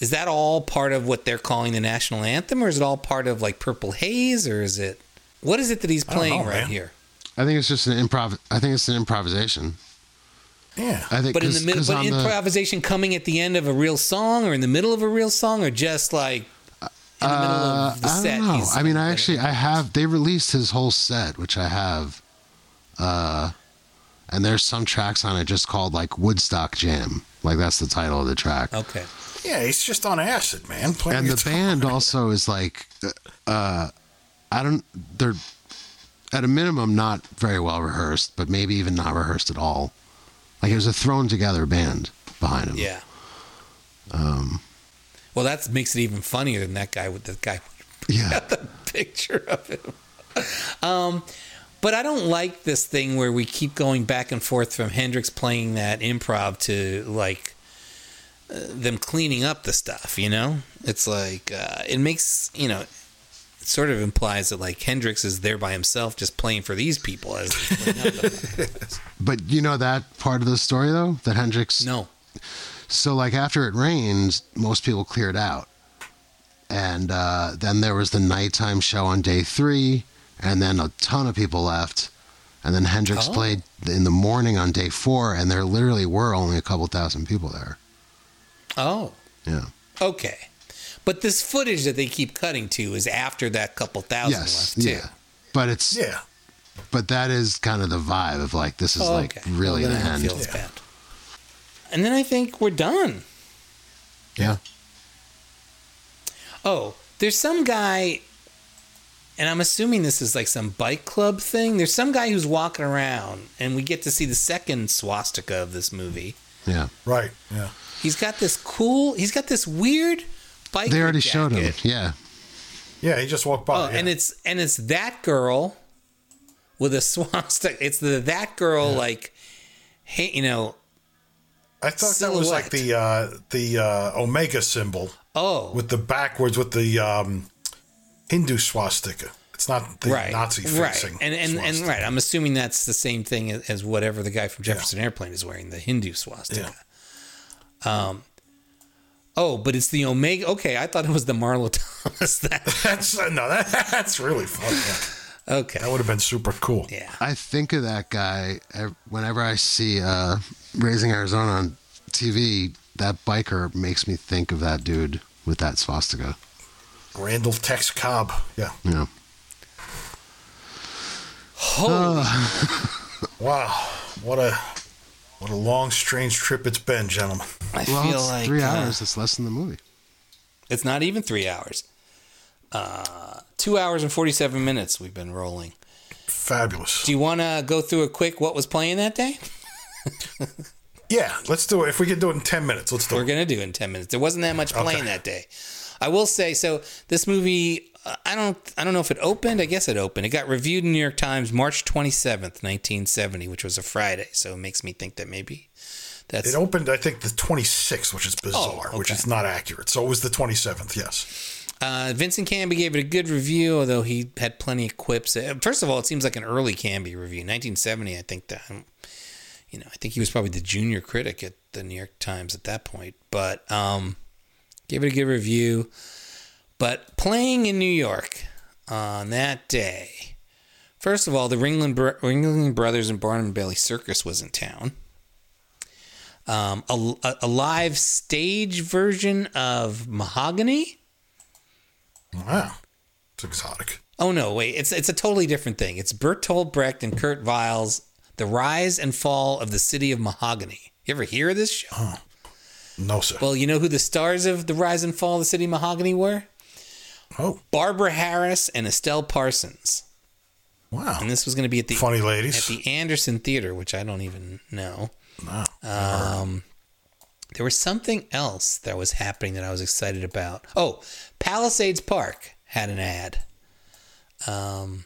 [SPEAKER 1] is that all part of what they're calling the national anthem or is it all part of like Purple Haze or is it what is it that he's
[SPEAKER 2] don't
[SPEAKER 1] playing
[SPEAKER 2] know,
[SPEAKER 1] right
[SPEAKER 2] man.
[SPEAKER 1] here?
[SPEAKER 3] I think it's just an improv. I think it's an improvisation.
[SPEAKER 2] Yeah,
[SPEAKER 3] I think,
[SPEAKER 1] But in
[SPEAKER 3] 'cause-
[SPEAKER 1] the middle,
[SPEAKER 3] 'cause
[SPEAKER 1] but
[SPEAKER 3] on
[SPEAKER 1] improvisation coming at the end of a real song, or in the middle of a real song, or just like in the middle of the
[SPEAKER 3] Uh, I
[SPEAKER 1] set.
[SPEAKER 3] don't know.
[SPEAKER 1] he's-
[SPEAKER 3] I mean, I actually I have they released his whole set, which I have, uh, and there's some tracks on it just called like Woodstock Jam, like that's the title of the track.
[SPEAKER 1] okay.
[SPEAKER 2] yeah, he's just on acid, man. Playing
[SPEAKER 3] And the
[SPEAKER 2] guitar.
[SPEAKER 3] band also is like, uh, I don't they're at a minimum not very well rehearsed, but maybe even not rehearsed at all. Like it was a thrown together band behind him. Um,
[SPEAKER 1] Yeah. Um. Well, that makes it even funnier than that guy with the guy
[SPEAKER 3] yeah.
[SPEAKER 1] got (laughs) the picture of him. Um, but I don't like this thing where we keep going back and forth from Hendrix playing that improv to like uh, them cleaning up the stuff. You know, it's like uh, it makes you know. It sort of implies that like Hendrix is there by himself, just playing for these people. As they
[SPEAKER 3] (laughs)
[SPEAKER 1] clean up the-
[SPEAKER 3] But you know that part of the story though that Hendrix
[SPEAKER 1] no,
[SPEAKER 3] So, like, after it rains, most people cleared out. And uh, then there was the nighttime show on day three, and then a ton of people left. And then Hendrix
[SPEAKER 1] Oh.
[SPEAKER 3] played in the morning on day four, and there literally were only a couple thousand people there.
[SPEAKER 1] oh,
[SPEAKER 3] Yeah.
[SPEAKER 1] okay. But this footage that they keep cutting to is after that couple thousand
[SPEAKER 3] yes.
[SPEAKER 1] left too.
[SPEAKER 3] Yeah. But it's
[SPEAKER 2] Yeah,
[SPEAKER 3] but that is kind of the vibe of like this is
[SPEAKER 1] Oh,
[SPEAKER 3] like
[SPEAKER 1] okay.
[SPEAKER 3] really
[SPEAKER 1] Well,
[SPEAKER 3] the
[SPEAKER 1] then I don't
[SPEAKER 3] end.
[SPEAKER 1] feel as bad. And then I think we're done.
[SPEAKER 3] Yeah.
[SPEAKER 1] Oh, there's some guy, and I'm assuming this is like some bike club thing. There's some guy who's walking around, and we get to see the second swastika of this movie.
[SPEAKER 3] Yeah.
[SPEAKER 2] right. Yeah,
[SPEAKER 1] He's got this cool. He's got this weird bike.
[SPEAKER 3] They already showed him. Yeah.
[SPEAKER 2] yeah. He just walked by.
[SPEAKER 1] Oh,
[SPEAKER 2] yeah.
[SPEAKER 1] and it's and it's that girl with a (laughs) swastika. It's the that girl like, hey, you know,
[SPEAKER 2] I thought that was like the uh, the uh, Omega symbol
[SPEAKER 1] oh,
[SPEAKER 2] with the backwards with the um, Hindu swastika. It's not the Nazi facing.
[SPEAKER 1] Right. And and, and right, I'm assuming that's the same thing as, as whatever the guy from Jefferson Airplane is wearing, the Hindu swastika. Um,
[SPEAKER 2] Yeah.
[SPEAKER 1] Oh, but it's the Omega. Okay, I thought it was the Marlo (laughs) Thomas. that.
[SPEAKER 2] (laughs) That's uh, no, that, (laughs) that's really fun. Yeah. That
[SPEAKER 1] Okay.
[SPEAKER 2] would have been super cool.
[SPEAKER 1] Yeah.
[SPEAKER 3] I think of that guy ev- whenever I see uh, Raising Arizona on TV. That biker makes me think of that dude with that swastika.
[SPEAKER 2] Randall Tex Cobb. Yeah.
[SPEAKER 3] You know,
[SPEAKER 1] Holy
[SPEAKER 2] Wow, what a what a long, strange trip it's been, gentlemen.
[SPEAKER 1] I
[SPEAKER 3] Well,
[SPEAKER 1] feel
[SPEAKER 3] it's
[SPEAKER 1] like
[SPEAKER 3] three
[SPEAKER 1] uh,
[SPEAKER 3] hours. That's less than the movie.
[SPEAKER 1] It's not even three hours. Uh, two hours and forty-seven minutes. We've been rolling.
[SPEAKER 2] Fabulous.
[SPEAKER 1] Do you want to go through a quick what was playing that day?
[SPEAKER 2] Yeah, let's do it. If we can do it in ten minutes, let's do
[SPEAKER 1] We're
[SPEAKER 2] it.
[SPEAKER 1] gonna do it in ten minutes. There wasn't that much playing that day. I will say so. This movie, uh, I don't, I don't know if it opened. I guess it opened. It got reviewed in New York Times March twenty seventh, nineteen seventy, which was a Friday. So it makes me think that maybe that's
[SPEAKER 2] It opened, I think, the 26th, which is bizarre, which
[SPEAKER 1] Oh, okay.
[SPEAKER 2] is not accurate. So it was the 27th, yes.
[SPEAKER 1] Uh, Vincent Canby gave it a good review, although he had plenty of quips. Uh, First of all, it seems like an early Canby review, 1970. I think that, um, you know, I think he was probably the junior critic at the New York Times at that point. But um, gave it a good review. But playing in New York on that day, first of all, the Ringling, Bro- Ringling Brothers and Barnum and Bailey Circus was in town. Um, a, a- a live stage version of Mahogany.
[SPEAKER 2] Wow. It's exotic.
[SPEAKER 1] Oh no, wait, it's it's a totally different thing. It's Bertolt Brecht and Kurt Weill's The Rise and Fall of the City of Mahogany. You ever hear of this show?
[SPEAKER 2] No, sir.
[SPEAKER 1] Well, you know who the stars of The Rise and Fall of the City of Mahogany were?
[SPEAKER 2] oh,
[SPEAKER 1] Barbara Harris and Estelle Parsons.
[SPEAKER 2] wow.
[SPEAKER 1] And this was going to be at the
[SPEAKER 2] Funny
[SPEAKER 1] at
[SPEAKER 2] ladies.
[SPEAKER 1] the Anderson Theater, which I don't even know.
[SPEAKER 2] Wow.
[SPEAKER 1] uh, There was something else that was happening that I was excited about. Oh, Palisades Park had an ad. Um,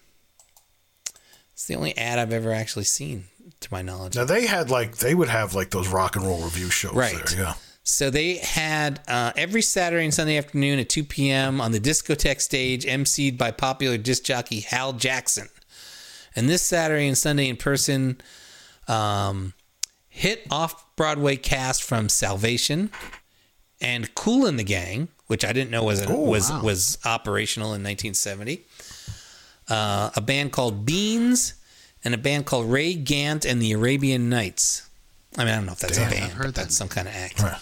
[SPEAKER 1] it's the only ad I've ever actually seen, to my knowledge.
[SPEAKER 2] Now they had like they would have like those rock and roll review shows
[SPEAKER 1] Right.
[SPEAKER 2] there. Yeah.
[SPEAKER 1] So they had uh, every Saturday and Sunday afternoon at 2 p.m. on the discotheque stage, emceed by popular disc jockey Hal Jackson. And this Saturday and Sunday in person, um, hit off Broadway cast from Salvation and Cool in the Gang, which I didn't know was was
[SPEAKER 3] wow.
[SPEAKER 1] was operational in 1970. Uh, a band called Beans and a band called Ray Gant and the Arabian Nights. I mean, I don't know if that's a
[SPEAKER 2] Damn, I've
[SPEAKER 1] band,
[SPEAKER 3] heard
[SPEAKER 1] but
[SPEAKER 3] that
[SPEAKER 1] that's some kind of act
[SPEAKER 2] Right.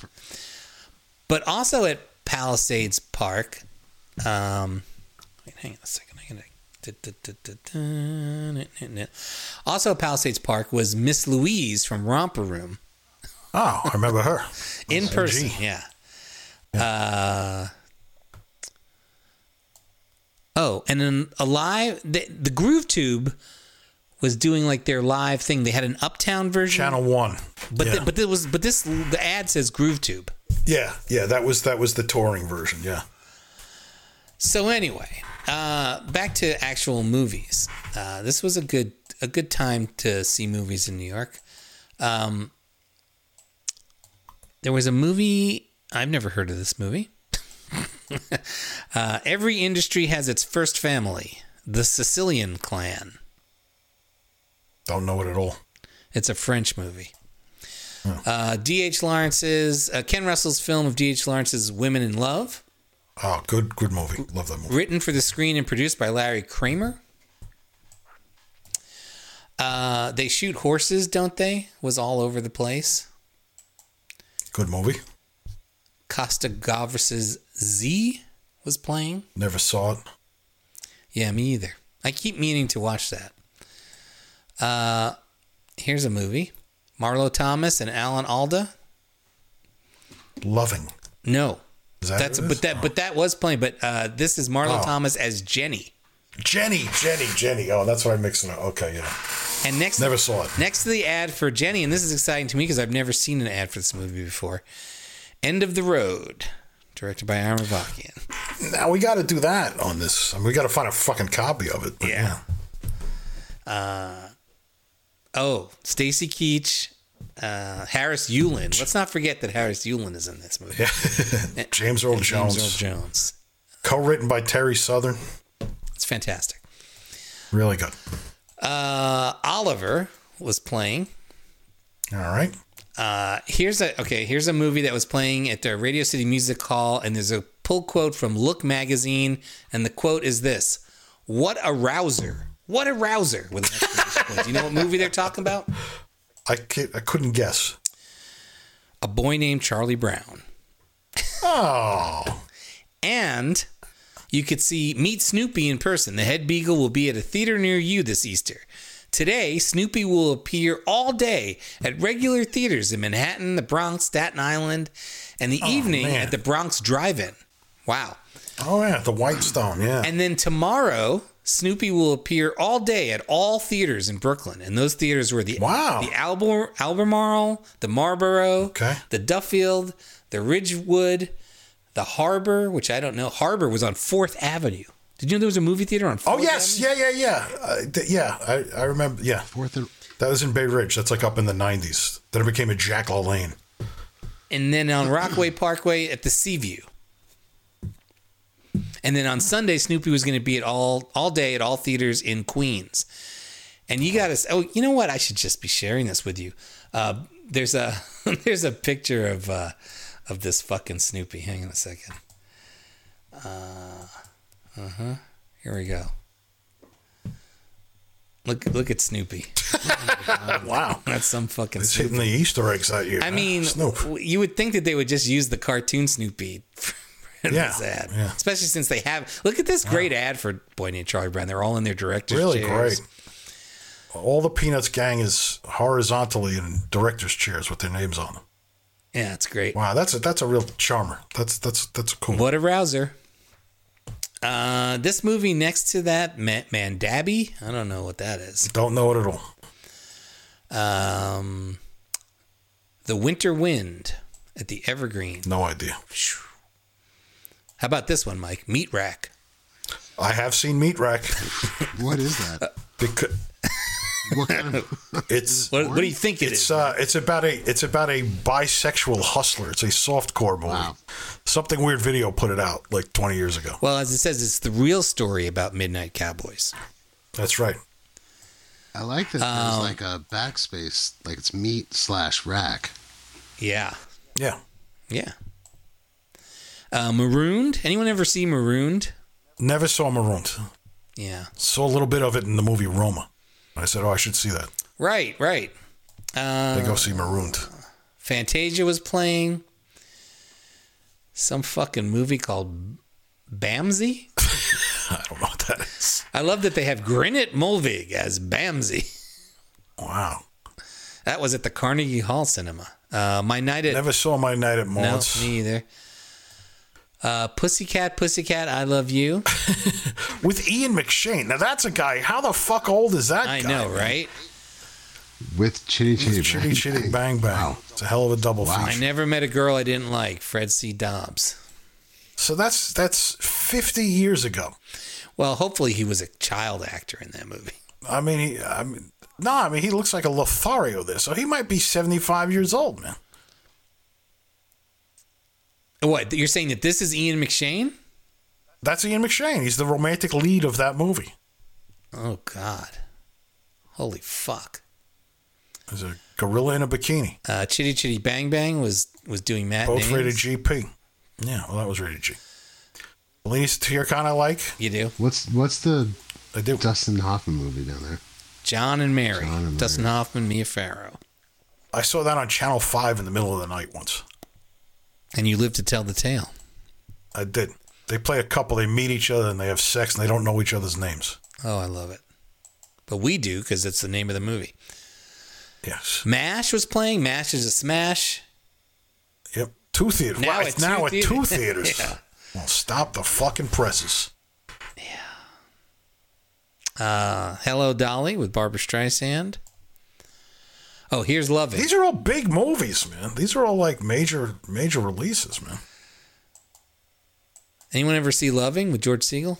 [SPEAKER 1] but also at Palisades Park. Um, wait, hang on a second. I gotta. da- da- da- da- da- na- na- na. Also, at Palisades Park was Miss Louise from Romper Room
[SPEAKER 2] Oh, I
[SPEAKER 1] (laughs)
[SPEAKER 2] remember her.
[SPEAKER 1] in
[SPEAKER 2] OMG.
[SPEAKER 1] person. Yeah. Uh, oh, and then a live the, the Groove Tube was doing like their live thing. They had an uptown version,
[SPEAKER 2] Channel One.
[SPEAKER 1] but
[SPEAKER 2] yeah.
[SPEAKER 1] the, but there was but this the ad says Groove Tube.
[SPEAKER 2] yeah, yeah, that was that was the touring version. Yeah.
[SPEAKER 1] So anyway, uh, back to actual movies. Uh, this was a good a good time to see movies in New York. Um, there was a movie I've never heard of this movie. (laughs) uh, every industry has its first family, the Sicilian Clan.
[SPEAKER 2] Don't know it at all.
[SPEAKER 1] It's a French movie. Uh, D.H. Lawrence's uh, Ken Russell's film of D.H. Lawrence's Women in Love,
[SPEAKER 2] Oh, good good movie. Love that movie.
[SPEAKER 1] written for the screen and produced by Larry Kramer. Uh, they shoot horses, don't they? Was all over the place.
[SPEAKER 2] Good movie.
[SPEAKER 1] Costa Gavras' Z was playing.
[SPEAKER 2] Never saw it.
[SPEAKER 1] Yeah, me either. I keep meaning to watch that. Uh, here's a movie Marlo Thomas and Alan Alda.
[SPEAKER 2] Loving.
[SPEAKER 1] No,
[SPEAKER 2] Is that
[SPEAKER 1] that's
[SPEAKER 2] who it is?
[SPEAKER 1] but that but that was playing. But uh, this is Marlo
[SPEAKER 2] Oh.
[SPEAKER 1] Thomas as Jenny.
[SPEAKER 2] Jenny, Jenny, Jenny. Oh, that's what I'm mixing up. Okay, yeah.
[SPEAKER 1] And next
[SPEAKER 2] Never saw it.
[SPEAKER 1] Next to the ad for Jenny, and this is exciting to me because I've never seen an ad for this movie before. End of the Road, directed by Aaron Vakian.
[SPEAKER 2] Now we got to do that on this. I mean, we got to find a fucking copy of it. but
[SPEAKER 1] Yeah. Oh, Stacy Keach, uh, Harris Yulin. Let's not forget that Harris Yulin is in this movie.
[SPEAKER 2] yeah. James Earl
[SPEAKER 1] James
[SPEAKER 2] Jones,
[SPEAKER 1] Earl Jones.
[SPEAKER 2] co-written by Terry Southern.
[SPEAKER 1] It's fantastic.
[SPEAKER 2] Really good.
[SPEAKER 1] Uh, Oliver was playing.
[SPEAKER 2] All right.
[SPEAKER 1] Uh, here's a okay. Here's a movie that was playing at the Radio City Music Hall, and there's a pull quote from Look magazine, and the quote is this: "What a rouser! What a rouser!" With an exclamation point. Do you know what movie they're talking about?
[SPEAKER 2] I can't, I couldn't guess.
[SPEAKER 1] A boy named Charlie Brown,
[SPEAKER 2] Oh,
[SPEAKER 1] and you could see Meet Snoopy in person. The head beagle will be at a theater near you this Easter. Today, Snoopy will appear all day at regular theaters in Manhattan, the Bronx, Staten Island, and the evening
[SPEAKER 2] man.
[SPEAKER 1] at the Bronx Drive In. Wow.
[SPEAKER 2] Oh yeah, the White Stone. Yeah.
[SPEAKER 1] And then tomorrow, Snoopy will appear all day at all theaters in Brooklyn. And those theaters were the
[SPEAKER 2] Wow.
[SPEAKER 1] the Albor, Albemarle, the Marlboro,
[SPEAKER 2] Okay.
[SPEAKER 1] the Duffield, the Ridgewood, the Harbor, which I don't know. Harbor was on Fourth Avenue. Did you know there was a movie theater on Fourth
[SPEAKER 2] oh yes,
[SPEAKER 1] Avenue?
[SPEAKER 2] yeah, yeah, yeah, uh, th- yeah. I, I remember. Yeah,
[SPEAKER 3] Fourth and
[SPEAKER 2] that was in Bay Ridge. That's like up in the '90s. Then it became a
[SPEAKER 1] (laughs)
[SPEAKER 2] Jack Lane.
[SPEAKER 1] And then on Rockaway Parkway at the Seaview. And then on Sunday, Snoopy was going to be at all all day at all theaters in Queens. And you got to oh, you know what? I should just be sharing this with you. Uh, there's a (laughs) there's a picture of uh, of this fucking Snoopy. Hang on a second. Uh huh. uh-huh. Here we go. Look look at Snoopy.
[SPEAKER 2] Wow,
[SPEAKER 1] That's some fucking.
[SPEAKER 2] it's
[SPEAKER 1] Snoopy.
[SPEAKER 2] hitting the Easter eggs at you.
[SPEAKER 1] I mean,
[SPEAKER 2] Snoop.
[SPEAKER 1] w- you would think that they would just use the cartoon Snoopy (laughs) for
[SPEAKER 2] Yeah,
[SPEAKER 1] this ad,
[SPEAKER 2] yeah.
[SPEAKER 1] especially since they have. Look at this great ad for Boyne and Charlie Brown. They're all in their director's
[SPEAKER 2] Really
[SPEAKER 1] chairs.
[SPEAKER 2] great. All the Peanuts gang is horizontally in directors' chairs with their names on them.
[SPEAKER 1] Yeah, it's great.
[SPEAKER 2] Wow, that's a that's a real charmer. That's that's that's cool.
[SPEAKER 1] What a rouser! Uh, this movie next to that, Ma- Mandabby. I don't know what that is.
[SPEAKER 2] Don't know it at all.
[SPEAKER 1] Um, the Winter Wind at the Evergreen.
[SPEAKER 2] No idea.
[SPEAKER 1] How about this one, Mike? Meat Rack.
[SPEAKER 2] I have seen Meat Rack.
[SPEAKER 3] what is that?
[SPEAKER 2] Becau-
[SPEAKER 3] What kind of
[SPEAKER 2] It's
[SPEAKER 1] What, what do you think it
[SPEAKER 2] it's
[SPEAKER 1] is?
[SPEAKER 2] uh, it's about a it's about a bisexual hustler. It's a softcore movie.
[SPEAKER 3] Wow.
[SPEAKER 2] Something weird video put it out like 20 years ago.
[SPEAKER 1] well, as it says, it's the real story about Midnight Cowboys.
[SPEAKER 2] That's right.
[SPEAKER 3] I like that there's like a backspace, like it's meat slash rack.
[SPEAKER 1] Yeah.
[SPEAKER 2] Yeah.
[SPEAKER 1] Yeah. Uh, Marooned. Anyone ever see Marooned?
[SPEAKER 2] Never saw Marooned.
[SPEAKER 1] Yeah.
[SPEAKER 2] Saw a little bit of it in the movie Roma. I said, "Oh, I should see that."
[SPEAKER 1] Right, right.
[SPEAKER 2] They go see Marooned.
[SPEAKER 1] Fantasia was playing. Some fucking movie called Bamsey.
[SPEAKER 2] I don't know what that is.
[SPEAKER 1] I love that they have Grinnet Mulvig as Bamsey. (laughs)
[SPEAKER 2] Wow.
[SPEAKER 1] That was at the Carnegie Hall Cinema. Uh, my night at
[SPEAKER 2] Never saw My Night at
[SPEAKER 1] no,
[SPEAKER 2] Maud's.
[SPEAKER 1] me either. Uh, Pussycat, Pussycat, I love you.
[SPEAKER 2] with Ian McShane. Now that's a guy. How the fuck old is that
[SPEAKER 1] I
[SPEAKER 2] guy?
[SPEAKER 1] know, right?
[SPEAKER 3] With chitty chitty.
[SPEAKER 2] Chitty
[SPEAKER 3] bang,
[SPEAKER 2] chitty
[SPEAKER 3] bang.
[SPEAKER 2] bang bang.
[SPEAKER 3] Wow.
[SPEAKER 2] It's a hell of a double
[SPEAKER 1] I
[SPEAKER 2] feature.
[SPEAKER 1] never met a girl I didn't like. Fred C. Dobbs.
[SPEAKER 2] So that's that's 50 years ago.
[SPEAKER 1] Well, hopefully he was a child actor in that movie.
[SPEAKER 2] I mean, he, I mean, no, I mean he looks like a Lothario there, so he might be 75 years old, man.
[SPEAKER 1] What you're saying that this is Ian McShane?
[SPEAKER 2] That's Ian McShane. He's the romantic lead of that movie.
[SPEAKER 1] Oh God, holy fuck!
[SPEAKER 2] There's a gorilla in a bikini.
[SPEAKER 1] Uh, Chitty Chitty Bang Bang was was doing
[SPEAKER 2] Both
[SPEAKER 1] matinees.
[SPEAKER 2] rated GP. Yeah, well, that was rated G. Least Tiercon I like.
[SPEAKER 1] You do
[SPEAKER 3] What's what's the
[SPEAKER 2] I do.
[SPEAKER 3] Dustin Hoffman movie down there?
[SPEAKER 1] John and Mary,
[SPEAKER 3] John and
[SPEAKER 1] Dustin Hoffman, Mia Farrow,
[SPEAKER 2] I saw that on Channel 5 in the middle of the night once.
[SPEAKER 1] and you live to tell the tale.
[SPEAKER 2] I did. They play a couple. They meet each other and they have sex and they don't know each other's names.
[SPEAKER 1] Oh, I love it. But we do because it's the name of the movie.
[SPEAKER 2] Yes.
[SPEAKER 1] Mash was playing. Mash is a smash.
[SPEAKER 2] Yep. Two theaters.
[SPEAKER 1] Now
[SPEAKER 2] Wow,
[SPEAKER 1] at
[SPEAKER 2] it's now
[SPEAKER 1] two
[SPEAKER 2] at
[SPEAKER 1] theater- (laughs)
[SPEAKER 2] two theaters.
[SPEAKER 1] Yeah.
[SPEAKER 2] Well, stop the fucking presses.
[SPEAKER 1] Uh, Hello Dolly with Barbara Streisand. Oh, here's Love It.
[SPEAKER 2] These are all big movies, man. These are all like major, major releases, man.
[SPEAKER 1] Anyone ever see Loving with George Siegel?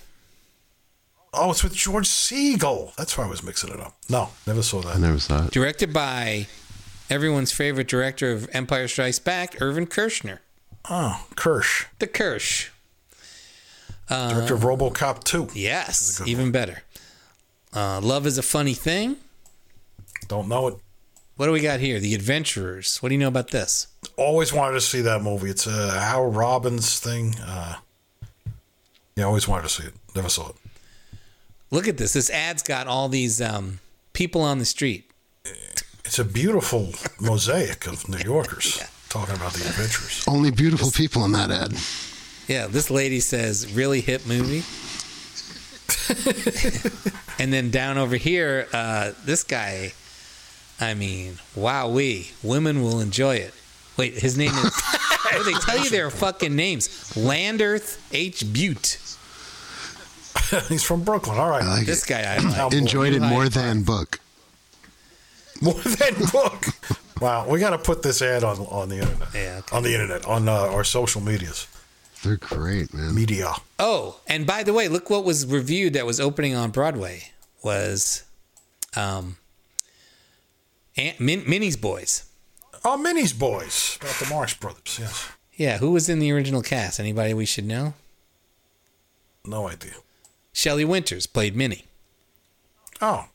[SPEAKER 2] Oh, it's with George Siegel. That's why I was mixing it up. No, never saw
[SPEAKER 3] I
[SPEAKER 2] that.
[SPEAKER 3] never saw it.
[SPEAKER 1] directed by everyone's favorite director of Empire Strikes Back, Irvin Kershner.
[SPEAKER 2] Oh, Kirsch,
[SPEAKER 1] The Kersh.
[SPEAKER 2] director
[SPEAKER 1] Uh,
[SPEAKER 2] of RoboCop 2.
[SPEAKER 1] Yes, even better. Uh, Love is a funny thing.
[SPEAKER 2] Don't know it.
[SPEAKER 1] What do we got here? The Adventurers. What do you know about this?
[SPEAKER 2] Always wanted to see that movie. It's a Hal Robbins thing. Uh, yeah, always wanted to see it. Never saw it.
[SPEAKER 1] Look at this. This ad's got all these um, people on the street.
[SPEAKER 2] It's a beautiful mosaic of New
[SPEAKER 1] (laughs)
[SPEAKER 2] Yorkers talking about the adventures. (laughs)
[SPEAKER 3] Only beautiful people in that ad.
[SPEAKER 1] Yeah, this lady says, really hip movie. And then down over here, uh, this guy, I mean, wow, we women will enjoy it. Wait, his name is. oh, they tell you their fucking names. Landerth H. Butte.
[SPEAKER 2] He's from Brooklyn. All right.
[SPEAKER 3] I like
[SPEAKER 1] This
[SPEAKER 3] it.
[SPEAKER 1] guy I like.
[SPEAKER 2] Now,
[SPEAKER 3] Enjoyed it
[SPEAKER 1] High
[SPEAKER 3] more
[SPEAKER 1] five.
[SPEAKER 3] than book.
[SPEAKER 2] more than book. (laughs) wow, we got to put this ad on on the internet.
[SPEAKER 1] Yeah, okay.
[SPEAKER 2] on the internet, on uh, our social medias,
[SPEAKER 3] They're great, man.
[SPEAKER 2] media.
[SPEAKER 1] Oh, and by the way, look what was reviewed that was opening on Broadway was, um, Aunt Min- Minnie's Boys.
[SPEAKER 2] Oh, Minnie's Boys about the Marx Brothers. Yes,
[SPEAKER 1] Yeah, who was in the original cast? Anybody we should know?
[SPEAKER 2] no idea.
[SPEAKER 1] Shelley Winters played Minnie.
[SPEAKER 2] Oh,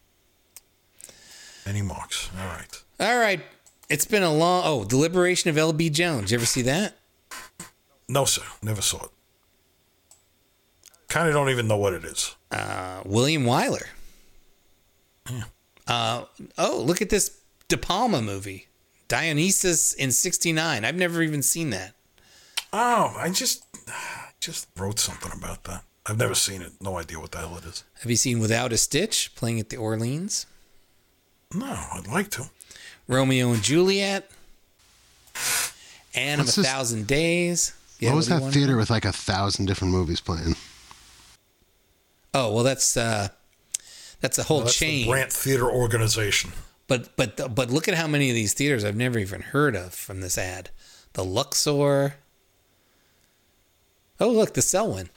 [SPEAKER 2] Minnie Marx. All right.
[SPEAKER 1] All right, it's been a long. Oh, the liberation of L.B. Jones. You ever see that?
[SPEAKER 2] No, sir. Never saw it. Kind of don't even know what it is.
[SPEAKER 1] Uh, William Wyler. Uh, oh, look at this De Palma movie, Dionysus in '69. I've never even seen that.
[SPEAKER 2] Oh, I just just wrote something about that. I've never seen it. No idea what the hell it is.
[SPEAKER 1] Have you seen Without a Stitch playing at the Orleans?
[SPEAKER 2] No, I'd like to.
[SPEAKER 1] Romeo and Juliet, Anne
[SPEAKER 3] What's
[SPEAKER 1] of a
[SPEAKER 3] this-
[SPEAKER 1] Thousand Days. Yeah,
[SPEAKER 3] what was
[SPEAKER 1] do you
[SPEAKER 3] that
[SPEAKER 1] want?
[SPEAKER 3] theater with like a thousand different movies playing?
[SPEAKER 1] Oh well, that's uh, that's a whole
[SPEAKER 2] That's the
[SPEAKER 1] chain.
[SPEAKER 2] Brant Theater Organization.
[SPEAKER 1] But but but look at how many of these theaters I've never even heard of from this ad. The Luxor. Oh look, the Selwyn.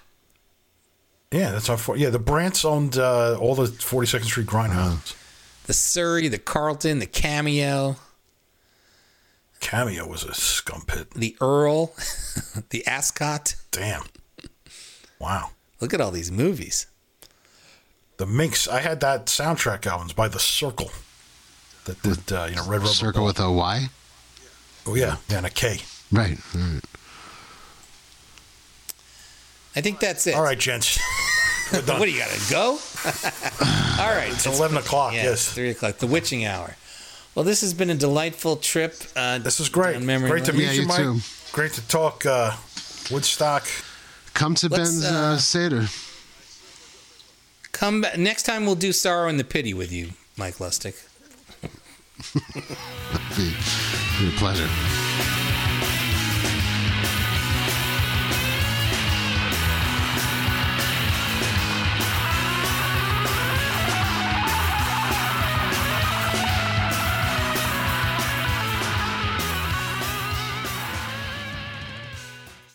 [SPEAKER 2] Yeah, that's our. For- yeah, the Brants owned uh, all the 42nd Street grindhouses.
[SPEAKER 1] the Surrey, the Carlton, the Cameo,
[SPEAKER 2] Cameo was a scum pit.
[SPEAKER 1] the Earl, (laughs) the Ascot.
[SPEAKER 2] Damn. Wow.
[SPEAKER 1] Look at all these movies.
[SPEAKER 2] The Minx. I had that soundtrack albums by The Circle. That did uh, you know Red Rubber
[SPEAKER 3] Circle with a Y?
[SPEAKER 2] Oh yeah, yeah, and a K.
[SPEAKER 3] Right. right.
[SPEAKER 1] I think that's it.
[SPEAKER 2] All
[SPEAKER 1] (laughs)
[SPEAKER 2] right, gents. We're done.
[SPEAKER 1] What do you got to go? (laughs) all right.
[SPEAKER 2] it's eleven o'clock.
[SPEAKER 1] Yeah, it's
[SPEAKER 2] yes.
[SPEAKER 1] three o'clock. The witching hour. Well, this has been a delightful trip. Uh,
[SPEAKER 2] This is great.
[SPEAKER 1] down memory
[SPEAKER 2] Great to
[SPEAKER 1] lane.
[SPEAKER 2] meet
[SPEAKER 3] Yeah,
[SPEAKER 2] you,
[SPEAKER 3] you
[SPEAKER 2] Mike.
[SPEAKER 3] too.
[SPEAKER 2] Great to talk uh, Woodstock.
[SPEAKER 3] Come to
[SPEAKER 1] Let's,
[SPEAKER 3] Ben's
[SPEAKER 1] uh,
[SPEAKER 3] uh, Seder.
[SPEAKER 1] Come back. next time. We'll do sorrow and the pity with you, Mike Lustig.
[SPEAKER 3] It'd be a pleasure.